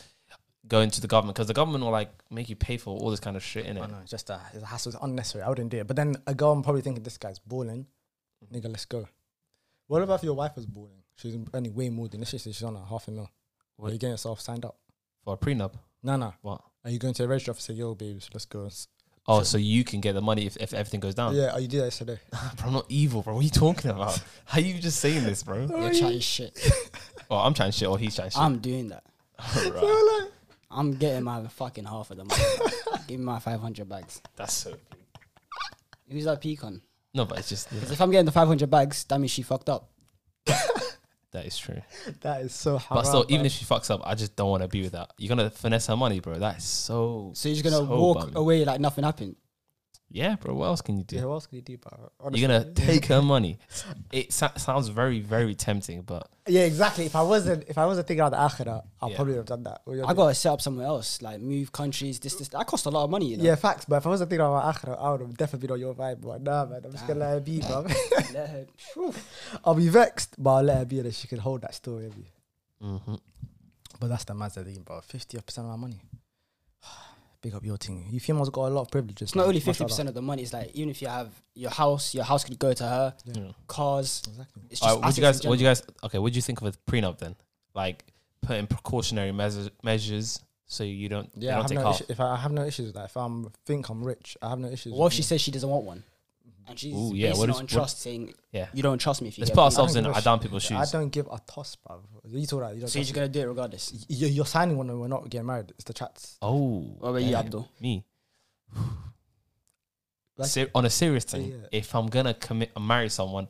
S5: going to the government because the government will like make you pay for all this kind of shit in
S4: I
S5: it.
S4: know, it's just a, it's a hassle. It's unnecessary. I wouldn't do it. But then a girl, I'm probably thinking, this guy's balling.
S5: Mm-hmm.
S4: Nigga, let's go. What about if your wife was balling? She's earning way more than this. She's she's on a half a mil. Are you getting yourself signed up?
S5: for a prenup.
S4: No, no.
S5: What?
S4: Are you going to the registry office and say, yo, babes, let's go?
S5: Oh, so you can get the money if, if everything goes down.
S4: Yeah, oh, you did that yesterday.
S5: Bro, I'm not evil, bro. What are you talking about? How you just saying this, bro?
S6: You're chatting shit.
S5: Oh, I'm trying shit or he's trying shit.
S6: I'm doing that.
S5: Right.
S6: I'm getting my fucking half of the money. Give me my 500 bags.
S5: That's so.
S6: Who's that pecan?
S5: No, but it's just yeah,
S6: 'Cause if I'm getting the 500 bags, that means she fucked up.
S5: that is true.
S4: That is so hard.
S5: But still, even if she fucks up, I just don't want to be with that. You're gonna finesse her money, bro. That is so.
S6: So you're just gonna
S5: so
S6: walk
S5: bummy.
S6: away like nothing happened.
S5: Yeah, bro. What else can you do?
S4: yeah, what else could you do? Bro?
S5: You're gonna take her money. It sa- sounds very, very tempting, but
S4: yeah, exactly. If I wasn't, if I wasn't thinking about the akhirah, I
S5: Yeah.
S4: probably would have done that. What you're
S6: I
S4: doing.
S6: gotta set up somewhere else, like move countries. This, this, that cost a lot of money, you know.
S4: Yeah, facts. But if I wasn't thinking about akhirah, I would have definitely been on your vibe. But nah, man, I'm just gonna let her be, bro.
S6: Let her-
S4: I'll be vexed, but I'll let her be, and she can hold that story. Maybe.
S5: Mhm.
S4: But that's the mazadeen, bro. Fifty percent of my money. Big up your team. You females got a lot of privileges.
S6: It's not only fifty percent of the money. It's like even if you have your house, your house could go to her. Cars.
S4: Exactly.
S6: It's
S5: All
S6: just
S5: right, what do you
S6: assets in
S5: guys? What do
S6: general.
S5: you guys? Okay, what do you think of a prenup then? Like putting precautionary measures, measures so you don't. they
S4: Yeah, I
S5: don't
S4: have
S5: take
S4: no
S5: half.
S4: issue, if I, I have no issues with that. If I am think I'm rich, I have no issues.
S6: What
S4: with
S6: if she says she doesn't want one, and she's
S5: Ooh, yeah,
S6: basing
S5: what
S6: it
S5: is-
S6: on
S5: what-
S6: trust, saying
S5: Yeah.
S6: you don't trust me if you
S5: Let's
S6: get
S5: put
S4: I
S6: me."
S4: don't
S5: ourselves in
S4: give a
S5: Adan
S4: shit.
S5: people's
S4: I
S5: shoes.
S4: don't give a toss, bro. You told that. You don't
S6: So you're
S4: trust
S6: just gonna do it regardless.
S4: me. You- you're signing one and we're not getting married. It's the chats.
S5: Oh,
S6: What about you,
S5: damn.
S6: Abdul?
S5: Me.
S4: Like-
S5: Ser- on a serious thing,
S4: Yeah.
S5: if I'm gonna commit and marry someone,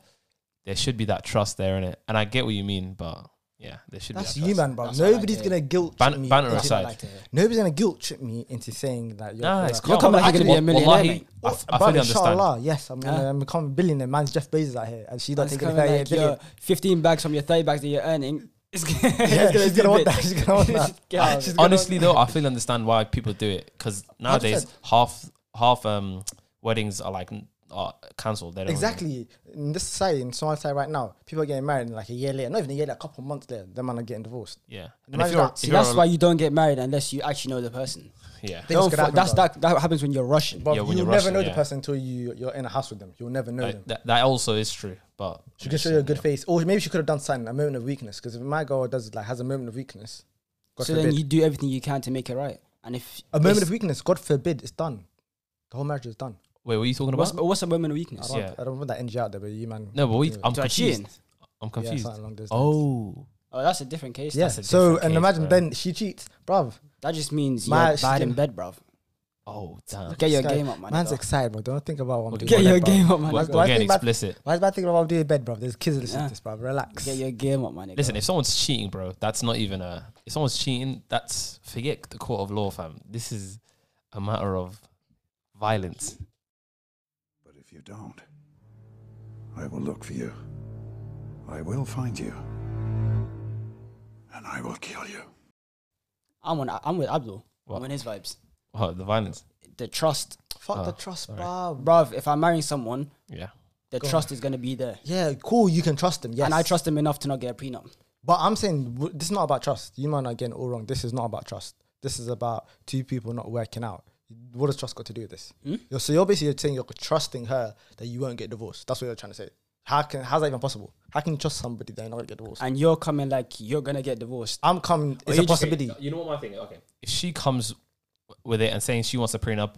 S5: there should be that trust there in it. And I get what you mean, but yeah, there should
S4: That's
S5: be that trust.
S4: you, man, bro.
S6: That's what I
S4: Nobody's
S6: did.
S4: gonna guilt
S5: Ban-
S4: trip me.
S5: banner
S4: into-
S6: That's what I
S5: aside.
S6: like to hear.
S4: Nobody's gonna guilt trip me into saying that you're.
S5: Nah, it's
S4: you're
S5: calm.
S6: coming out
S5: I-
S6: gonna be a
S5: wa-
S6: millionaire,
S5: wallahi,
S6: mate.
S5: I, f- I
S4: Bro,
S5: fully understand.
S4: inshallah, yes, I'm gonna
S6: Huh?
S4: I'm become a billionaire. Man's Jeff Bezos out here, and she not
S6: That's
S4: taking
S6: kind
S4: a
S6: of
S4: fair
S6: like your 15 bags from your 30 bags that you're earning. It's g- it's
S4: Yeah,
S6: gonna
S4: she's
S6: do
S4: gonna want
S6: bit.
S4: that. She's gonna want that.
S6: Get out of it.
S4: She's gonna-
S5: Honestly, though, I fully understand why people do it because nowadays half half um weddings are like n- are cancelled. They don't
S4: Exactly. In this society, in Somali society right now, people are getting married in like a year later, not even a year, like a couple months later, them man are getting divorced.
S5: Yeah.
S4: And imagine that.
S6: See, that's why you don't get married unless you actually know the person.
S5: yeah.
S4: Things
S6: Don't
S4: could
S6: fu-
S4: happen,
S6: that's
S4: bro.
S6: that. That happens when you're rushing.
S4: But
S5: Yeah, when
S4: you'll
S5: you're
S4: never
S5: Russian,
S4: know
S5: yeah.
S4: the person until you, you're in a house with them. You'll never know
S5: Like,
S4: them.
S5: that, that also is true, but
S4: She can show you a good face, or maybe she could have done something, a moment of weakness. Because if my girl does like has a moment of weakness, God
S6: so
S4: forbid,
S6: then you do everything you can to make it right. And if
S4: a moment
S6: it's-
S4: of weakness, God forbid, it's done. The whole marriage is done.
S5: Wait, what are you talking
S6: what's,
S5: about?
S6: what's a moment of
S4: I
S6: weakness?
S4: don't,
S5: Yeah.
S4: I don't want that energy out there, but you man.
S5: No, but we,
S4: Yeah.
S5: I'm
S6: To
S5: confused.
S6: cheating.
S5: I'm
S4: Yeah,
S5: confused.
S4: something along those lines.
S5: oh,
S6: Oh, that's a different case.
S4: yeah.
S6: That's
S5: a
S4: So
S5: different
S4: and
S5: case,
S4: imagine
S5: bro.
S4: then she cheats, bruv.
S6: That just means
S4: My
S6: you're bad in
S4: skin-
S6: bed, bruv.
S5: Oh damn.
S6: Get your
S4: This guy-
S6: game up, man.
S4: Man's excited, bro. Don't think about what I'm doing.
S6: Get
S4: in
S6: your
S4: bed, bruv.
S6: game up, man.
S5: We're,
S4: That's
S5: we're
S4: what I
S5: getting
S4: think about-
S5: explicit.
S4: Why is bad thinking about what I'm doing in bed, bro? There's kids listening
S6: Yeah.
S4: to this, bro. Relax.
S6: Get your game up, man.
S5: Listen, if someone's cheating, bro, that's not even a. If someone's cheating, that's forget the court of law, fam. This is a matter of violence.
S7: But if you don't, I will look for you. I will find you. And I will kill you.
S6: I'm on. I'm with Abdul.
S5: What?
S6: I'm on his vibes.
S5: Oh, the violence.
S6: The trust,
S4: Fuck the
S5: Oh,
S4: trust,
S5: sorry.
S4: bro.
S6: bruv. If I'm marrying someone,
S5: Yeah.
S6: the trust is gonna be there,
S4: Yeah, cool. You can trust them. Yes.
S6: and I trust him enough to not get a prenup.
S4: But I'm saying w- this is not about trust. You might not get it all wrong. This is not about trust. This is about two people not working out. What does trust got to do with this?
S6: Hmm?
S4: You're, so you're basically saying you're trusting her that you won't get divorced. That's what you're trying to say. How can how's that even possible? How can you trust somebody that you're not gonna get divorced?
S6: And you're coming like you're gonna get divorced.
S4: I'm coming. It's a possibility.
S5: You know what my thing is? Okay. If she comes w- with it and saying she wants a prenup,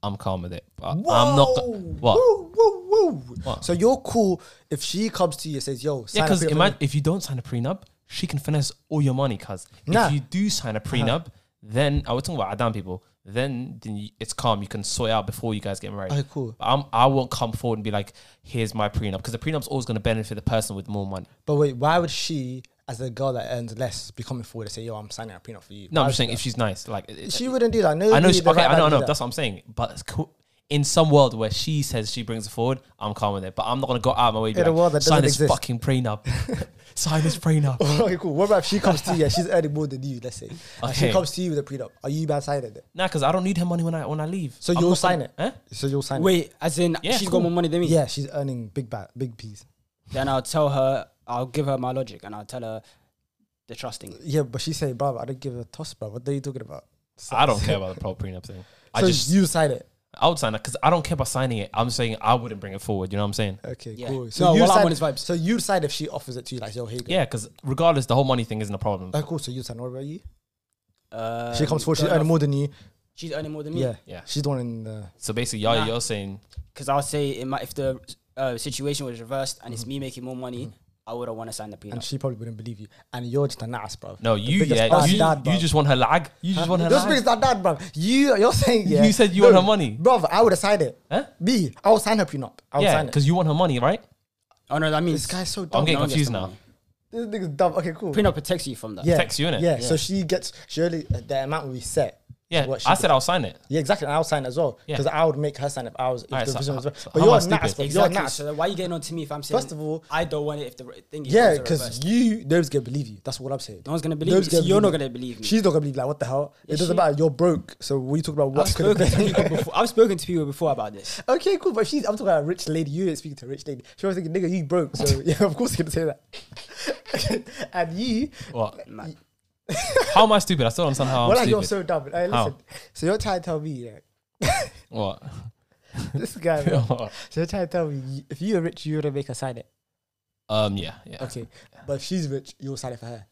S5: I'm calm with it. But I'm not. go- What?
S4: Woo, woo, woo. So you're cool if she comes to you and says, "Yo, sign
S5: Yeah,
S4: up
S5: because
S4: here for
S5: imagine
S4: me."
S5: if you don't sign a prenup, she can finesse all your money. Cause
S4: Nah. Uh-huh.
S5: if you do sign a prenup, then I was talking about Adam people. Then, then you, it's calm. You can sort it out before you guys get married.
S4: Okay, Oh, cool.
S5: But I'm, I won't come forward and be like, "Here's my prenup," because the prenup's always going to benefit the person with more money.
S4: But wait, why would she, as a girl that earns less, be coming forward and say, "Yo, I'm signing a prenup for you"?
S5: No,
S4: Why
S5: I'm
S4: would
S5: just saying
S4: do
S5: if she's nice, like it-
S4: that? she wouldn't do that. No,
S5: I know. She,
S4: the
S5: okay,
S4: right
S5: I know. I
S4: man do
S5: know.
S4: that.
S5: That's what I'm saying. But it's cool. in some world where she says she brings it forward, I'm calm with it. But I'm not going to go out of my way. and be
S4: In a
S5: like,
S4: world that
S5: sign
S4: doesn't
S5: this
S4: exist."
S5: fucking prenup. sign this prenup.
S4: okay, cool. What about if she comes to you? Yeah, she's earning more than you. Let's say And she
S5: Okay.
S4: comes to you with a prenup. Are you about signing it?
S5: Nah, because I don't need her money when I when I leave.
S4: So
S5: I'm
S4: you'll
S5: not gonna-
S4: sign it.
S5: Eh?
S4: So you'll sign
S6: Wait, as in
S5: Yeah,
S6: she's
S5: cool.
S6: got more money than
S4: it.
S6: me.
S4: Yeah, she's earning big bag, big peas.
S6: Then I'll tell her. I'll give her my logic, and I'll tell her the trusting.
S4: Yeah, but she's saying, "Bro, I don't give a toss, bro. What are you talking about?" So,
S5: I don't care about the pro prenup thing. I
S4: so
S5: just
S4: you sign it.
S5: I would sign it because I don't care about signing it. I'm saying I wouldn't bring it forward. You know what I'm saying?
S4: Okay,
S6: Yeah.
S4: cool.
S6: No,
S4: you
S6: well, I'm
S4: sign
S6: on his vibes.
S4: So you decide if she offers it to you, like, "Yo, here you go."
S5: Yeah, because regardless, the whole money thing isn't a problem.
S4: Oh, cool. So you sign. What about you?
S6: Uh, Mm.
S4: she comes forward. She's earning more than you.
S6: She's earning more than me.
S4: Yeah,
S5: Yeah.
S4: She's the one in the.
S5: So basically, Yaya,
S6: Nah.
S5: you're saying
S6: Because I'll say it might, if the uh, situation was reversed and it's me making more money, I would have want to sign the
S4: Mm-hmm. And
S6: prenup.
S4: she probably wouldn't believe you. And you're just a ass, bro.
S5: no,
S4: The
S5: you
S4: biggest
S5: yeah,
S4: ass
S5: you,
S4: dad,
S5: you
S4: bruv.
S5: just want her lag. You just want her
S4: This
S5: lag.
S4: brings that dad, bro. You, you're saying yeah.
S5: You said you want her money.
S4: bro. I would have signed it.
S5: Huh?
S4: Me, I will sign her prenup. I will
S5: yeah,
S4: sign it.
S5: because you want her money, right?
S6: Oh no, that means
S4: This guy's so dumb.
S5: I'm getting
S6: no one gets
S5: confused
S6: the
S5: now.
S6: money.
S4: This nigga's dumb. Okay, cool.
S6: prenup protects you from that.
S4: yeah,
S5: Protects you, innit?
S4: Yeah. So she gets surely uh, the amount we set. is
S5: Yeah,
S4: what she
S5: I said
S4: gets.
S5: I'll sign it.
S4: Yeah, exactly. And I'll sign as well
S5: Yeah.
S4: because I would make her sign if I was. If
S5: Alright,
S4: the
S5: so
S4: person was,
S5: how-
S4: but
S5: so how
S4: you're
S5: am I
S4: an ass,
S5: stupid?
S4: bro.
S6: Exactly.
S4: You're an ass.
S6: So then why are you getting on to me if I'm saying
S4: First of all-
S6: I don't want it if the thing is
S4: Yeah,
S6: was
S4: because
S6: reversed.
S4: you, nobody's gonna believe you. That's what I'm saying.
S6: No one's gonna believe
S4: Nobody's
S6: me. So you're not
S4: me.
S6: gonna believe me.
S4: She's not gonna believe. Like, what the hell? it doesn't
S6: she-
S4: matter. You're broke. So we talk about
S6: I've
S4: what could have
S6: spoken to
S4: been.
S6: people before. I've spoken to people before about this.
S4: Okay, cool. But she's, I'm talking about a rich lady. You ain't speaking to a rich lady. She was thinking, nigga, you broke. So, yeah, of course you're going to say that. and you,
S5: What? how am I stupid? I still don't understand how Oh, I'm
S4: well, like,
S5: stupid.
S4: you're so dumb. Hey, listen.
S5: How?
S4: So, you're trying to tell me, yeah,
S5: what?
S4: this guy, bro. so you're trying to tell me, you- if you were rich, you would make her sign it.
S5: um. Yeah. Yeah.
S4: Okay. But if she's rich, you'll sign it for her.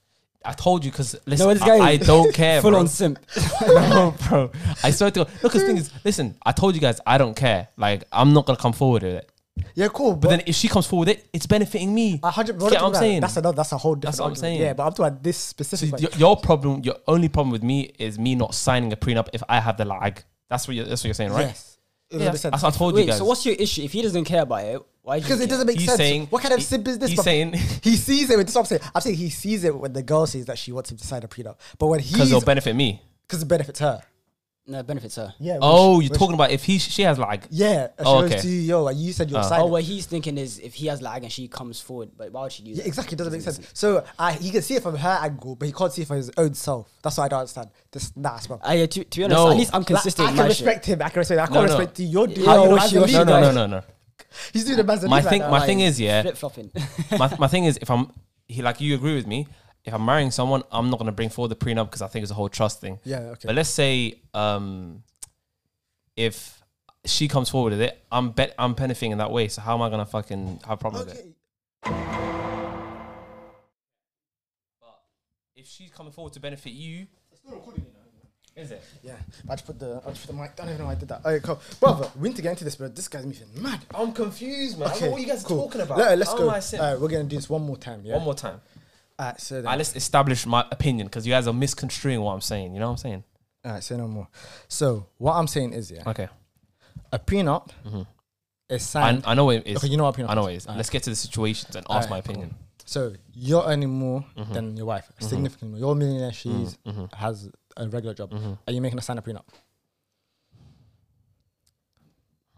S5: I told you because listen,
S6: No, this
S5: I-
S6: guy
S5: I,
S6: is
S5: don't care.
S6: Full
S5: bro.
S6: on simp.
S5: no, bro. I swear to God. Look, the thing is, listen. I told you guys I don't care. Like, I'm not gonna come forward with it.
S4: Yeah, cool.
S5: But then if she comes forward with it, it's benefiting me.
S4: a hundred.
S5: Get what I'm saying?
S4: That's another. That's a whole. Different
S5: That's what I'm
S4: argument.
S5: saying.
S4: Yeah, but I'm talking about this
S5: So
S4: specific.
S5: y-
S4: one.
S5: your, problem, your only problem with me is me not signing a prenup if I have the lag. That's what you're. That's what you're saying, right?
S4: Yes. It
S5: Yeah,
S4: doesn't make sense.
S5: that's what I told you
S6: Wait,
S5: guys.
S6: so what's your issue? If he doesn't care about it, why? do you
S4: Because it
S6: care?
S4: doesn't make
S5: He's
S4: sense.
S5: saying-
S4: what kind of
S5: he-
S4: simp is this?
S5: he's
S4: bro?
S5: saying-
S4: he sees it. That's what I'm saying. I'm saying he sees it when the girl says that she wants him to sign a prenup. But when he's
S5: Because it'll
S4: because
S5: benefit me.
S4: it benefits her.
S6: No, it benefits her.
S4: Yeah. when
S5: Oh,
S4: she-
S5: you're
S4: when
S5: talking about if he she has lag.
S4: she- Yeah. and She
S5: Oh,
S4: goes
S5: okay.
S4: to you, yo, like, you said you're
S5: Oh.
S6: Oh,
S4: signing.
S6: what he's thinking is if he has lag and she comes forward, but why would she do
S4: yeah,
S6: that?
S4: exactly. It doesn't make sense. So I, he can see it from her angle, but he can't see it from his own self. That's what I don't understand. This nah, it's wrong.
S6: I, uh, to, to be honest,
S5: No.
S6: at least I'm
S4: Like,
S6: consistent.
S4: I
S6: with
S4: can
S6: my shit.
S4: respect him. I can respect. Him. I can't
S5: No, no.
S4: respect you. You're doing.
S6: How
S4: you're
S6: you
S4: the
S6: wish
S4: man's
S6: you
S4: a
S6: was-
S5: No,
S4: leader.
S5: no, no, no, no.
S4: He's doing the man's a
S5: My
S4: leader
S5: thing,
S4: right now.
S5: my thing is, yeah.
S6: Flip flopping.
S5: My, my thing is, if I'm he like you agree with me, if I'm marrying someone, I'm not gonna bring forward the prenup because I think it's a whole trust thing.
S4: Yeah. Okay.
S5: But let's say um, if she comes forward with it, I'm bet I'm benefiting in that way. So how am I gonna fucking have a problem with it?
S4: Okay.
S5: If she's coming forward to benefit you, is it?
S4: Yeah, I just put the I just put the mic. I don't even know why I did that. Okay, cool, brother. We need to get into this, bro. This guy's moving mad.
S5: I'm confused, man.
S4: Okay, cool. Let, us go. All right, we're gonna do this one more time. Yeah.
S5: Oh, One more time.
S4: All right, so then.
S5: All right, let's establish my opinion because you guys are misconstruing what I'm saying. You know what I'm saying?
S4: All right, say no more. So what I'm saying is, yeah,
S5: Okay.
S4: a prenup
S5: Mm-hmm.
S4: is
S5: I,
S4: signed.
S5: I know what it is.
S4: okay, you know what a prenup
S5: I know what it
S4: is.
S5: is.
S4: Alright.
S5: Let's get to the situations and
S4: Alright,
S5: ask my opinion.
S4: So you're earning more
S5: Mm-hmm.
S4: than your wife, significantly more. You're a millionaire. She's has a regular job.
S5: Mm-hmm.
S4: Are you making a sign a prenup?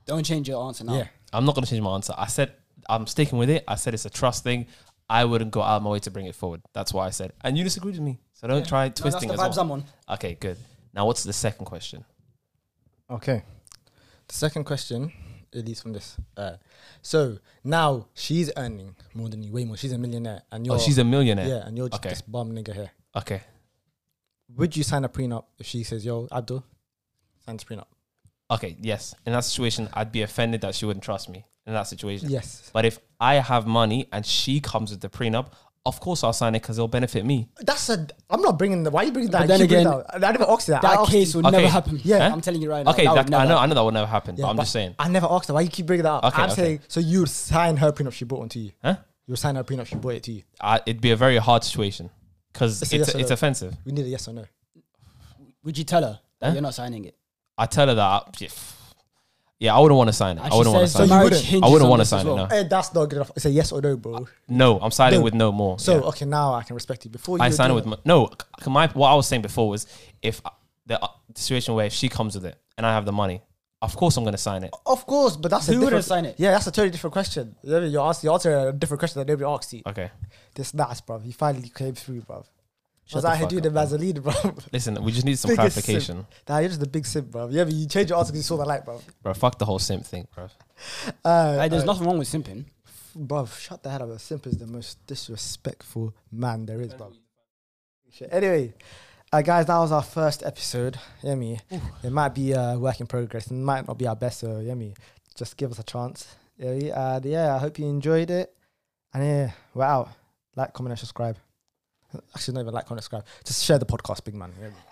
S6: Don't change your answer now.
S4: Yeah.
S5: I'm not going to change my answer. I said I'm sticking with it. I said it's a trust thing. I wouldn't go out of my way to bring it forward. That's why I said. And you disagreed with me. So don't try
S6: No, that's
S5: twisting
S6: the
S5: as
S6: vibes
S5: well.
S6: I'm on.
S5: Okay, good. Now, what's the second question?
S4: Okay. The second question, at least from this. Uh, so now she's earning more than you, way more. She's a millionaire, and you're
S5: oh, she's a millionaire.
S4: yeah, and you're just
S5: Okay.
S4: this bum nigga here.
S5: Okay.
S4: Would you sign a prenup if she says, "Yo, Abdul, sign this prenup"?
S5: Okay. Yes. In that situation, I'd be offended that she wouldn't trust me in that situation.
S4: Yes.
S5: But if I have money and she comes with the prenup, of course I'll sign it because it'll benefit me.
S4: That's a. I'm not bringing the. Why are you bringing that?
S6: But then
S4: You bring
S6: again,
S4: that- I didn't even ask you that. I
S6: That
S4: asked
S6: case
S4: you-
S6: would
S5: Okay.
S6: never happen.
S4: Yeah.
S6: I'm telling you right now.
S5: okay.
S6: that would
S5: that, I
S6: never
S5: know. I know that would never happen.
S4: Yeah,
S5: but I'm
S4: but
S5: just saying.
S4: I never asked her. Why you keep bringing that up?
S5: Okay,
S4: I'm
S5: okay.
S4: saying so you would sign her prenup she bought onto you.
S5: Huh?
S4: You'll sign her prenup she bought it to you.
S5: I, it'd be a very hard situation because
S4: It's
S5: it's
S4: a yes
S5: it's,
S4: or no.
S5: offensive.
S4: We need a yes or no.
S6: Would you tell her that
S5: Huh?
S6: you're not signing it?
S5: I tell her that. I- yeah, pff. Yeah, I wouldn't want to sign it.
S6: And
S5: I
S6: she
S5: wouldn't want to sign
S6: says
S4: So
S5: it.
S4: you
S6: marriage
S4: wouldn't? I
S6: hinges
S5: wouldn't
S6: on
S5: wanna
S6: this as
S5: sign it, no.
S4: Eh, that's not good enough. It's a yes or no, bro.
S5: No, I'm siding
S4: No.
S5: with no more.
S4: So
S5: yeah.
S4: okay, now I can respect you. Before you
S5: I
S4: were
S5: sign
S4: doing
S5: it with
S4: that-
S5: my, no. c- My what I was saying before was if I- the uh, situation where if she comes with it and I have the money, of course I'm going to sign it.
S4: Of course, but that's a
S6: Who wouldn't
S4: different-
S6: sign it?
S4: Yeah, that's a totally different question. You're you're ask- you're answering a different question that nobody asked you.
S5: Okay,
S4: This nice, bruv. You finally came through, bruv. I was
S5: the
S4: out here
S5: fuck
S4: doing
S5: up,
S4: the Vaseline, bruv.
S5: listen, we just need some
S4: Biggest simp.
S5: clarification,
S4: Nah, you're just a big simp, bruv. Yeah, but you changed your answer because you saw the light, bruv.
S5: bro. Fuck the whole simp thing, bro.
S4: Uh,
S6: Like, there's nothing wrong with simping.
S4: bruv, shut the hell up. A simp is the most disrespectful man there is, bruv. Shit. Anyway, uh, guys, that was our first episode. Yeah, me. It might be a work in progress. It might not be our best, so yeah, me. Just give us a chance. Yeah, me. and yeah, I hope you enjoyed it. And yeah, we're out. Like, comment, and subscribe. Actually, not even like, comment, subscribe. Just share the podcast, big man. Yeah, me.